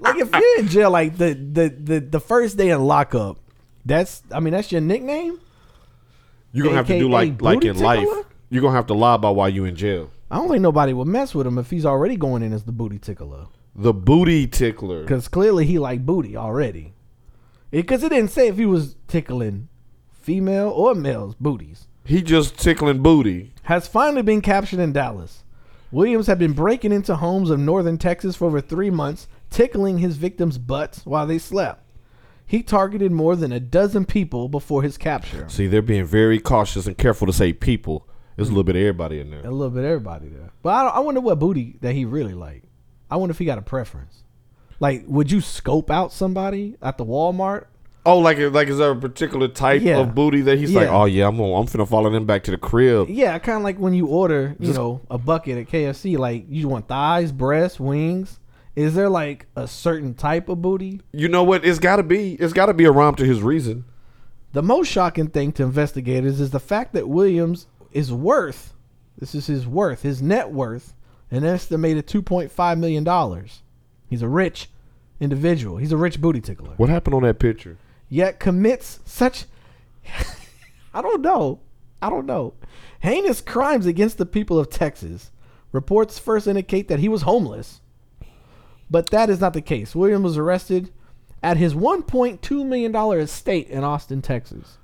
like if you're in jail, like the the the, the first day in lockup, that's I mean that's your nickname. You're gonna have to AKA do like like booty in life. tickler? You're gonna have to lie about why you in jail. I don't think nobody will mess with him if he's already going in as the booty tickler, The booty tickler. because clearly he like booty already. Because it didn't say if he was tickling female or males booties. He just tickling booty. has finally been captured in Dallas. Williams had been breaking into homes of northern Texas for over three months, tickling his victims' butts while they slept. He targeted more than a dozen people before his capture. See, they're being very cautious and careful to say people. There's a little bit of everybody A in there. little bit of everybody there. But I, I wonder what booty that he really liked. I wonder if he got a preference. Like, would you scope out somebody at the Walmart? Oh, like like is there a particular type Yeah. of booty that he's like, Yeah. oh yeah, I'm gonna, I'm finna follow them back to the crib. Yeah, kind of like when you order, you know, a bucket at KFC. Like, you want thighs, breasts, wings. Is there like a certain type of booty? You know what? It's gotta be it's gotta be a rhyme to his reason. The most shocking thing to investigators is the fact that Williams is worth this is his worth, his net worth, an estimated two point five million dollars. He's a rich individual. He's a rich booty tickler. What happened on that picture? Yet commits such <laughs> I don't know. I don't know. Heinous crimes against the people of Texas. Reports first indicate that he was homeless. But that is not the case. William was arrested at his $1.2 million estate in Austin, Texas.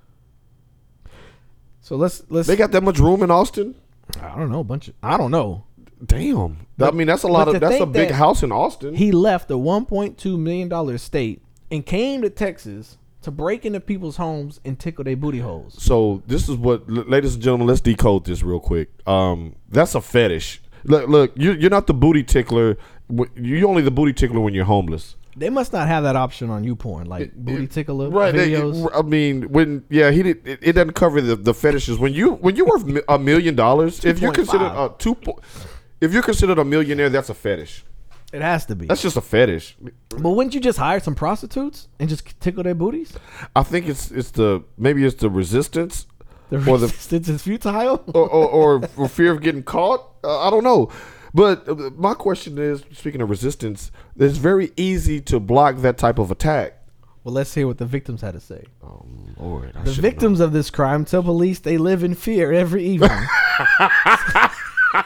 So let's let's They got that much room in Austin? I don't know, a bunch of I don't know. Damn. I mean, that's a lot but of to that's a think big that- house in Austin. He left the $1.2 million estate and came to Texas to break into people's homes and tickle their booty holes. so this is what, l- ladies and gentlemen, let's decode this real quick. Um, that's a fetish. Look, look, you, you're not the booty tickler. W- You're only the booty tickler when you're homeless. They must not have that option on YouPorn, like booty tickler Right. they- videos. I mean, when yeah, he did. It, it doesn't cover the, the fetishes. When you when you're worth mi- a million dollars, if you're considered a 2.5. two, po- if you're considered a millionaire, that's a fetish. It has to be. That's just a fetish. But wouldn't you just hire some prostitutes and just tickle their booties? I think it's it's the maybe it's the resistance The or <laughs> the Oh, resistance is futile. or, or, or for fear of getting caught. Uh, I don't know. But uh, my question is, speaking of resistance, it's very easy to block that type of attack. Well, let's hear what the victims had to say. Oh, Lord, I The victims of this crime tell police they live in fear every <laughs> evening. <laughs>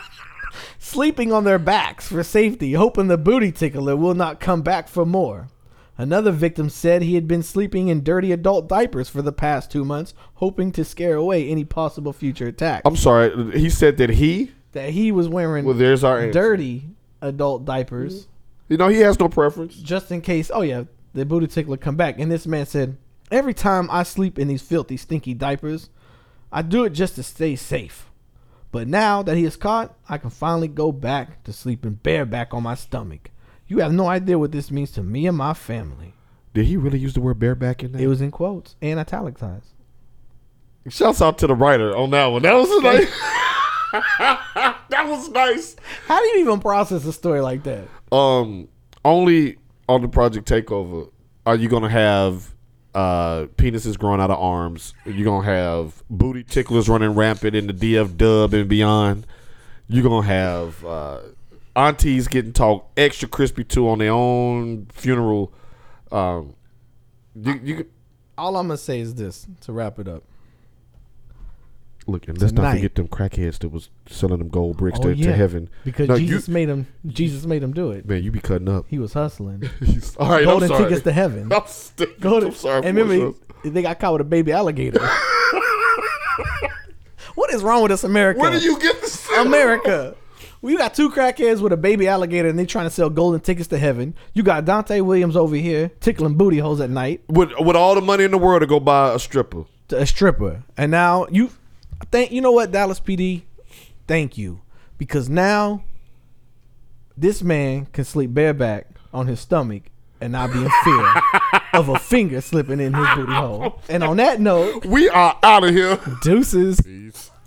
Sleeping on their backs for safety, hoping the booty tickler will not come back for more. Another victim said he had been sleeping in dirty adult diapers for the past two months, hoping to scare away any possible future attack. I'm sorry. He said that he. that he was wearing Well, there's our answer. dirty adult diapers. You know, he has no preference. just in case. Oh yeah, the booty tickler come back. And this man said, every time I sleep in these filthy, stinky diapers, I do it just to stay safe. But now that he is caught, I can finally go back to sleeping bareback on my stomach. You have no idea what this means to me and my family. Did he really use the word bareback in that? It was in quotes and italicized. Shouts out to the writer on that one. That was nice. <laughs> that was nice. How do you even process a story like that? Um, only on the Project Takeover are you gonna have uh penises growing out of arms. You're gonna have booty ticklers running rampant in the DF Dub and beyond. You're gonna have uh, aunties getting talked extra crispy to on their own funeral. Um, you, you All I'm gonna say is this to wrap it up. Look, and let's not Tonight. forget them crackheads that was selling them gold bricks Oh, to, yeah. to heaven. because No, Jesus you, made him. Jesus made him do it. man, you be cutting up. He was hustling. <laughs> All right, Golden I'm sorry. tickets to heaven. <laughs> I'm, stupid. Golden. I'm sorry. And for remember, myself. he- they got caught with a baby alligator. what is wrong with us, America? where do you get this? America. We got two crackheads with a baby alligator, and they trying to sell golden tickets to heaven. You got Dante Williams over here tickling booty holes at night With, with all the money in the world to go buy a stripper. to a stripper, and now you thank you know what Dallas PD, thank you because now this man can sleep bareback on his stomach and not be in fear <laughs> of a finger slipping in his booty hole. And on that note, We are out of here. deuces. Peace.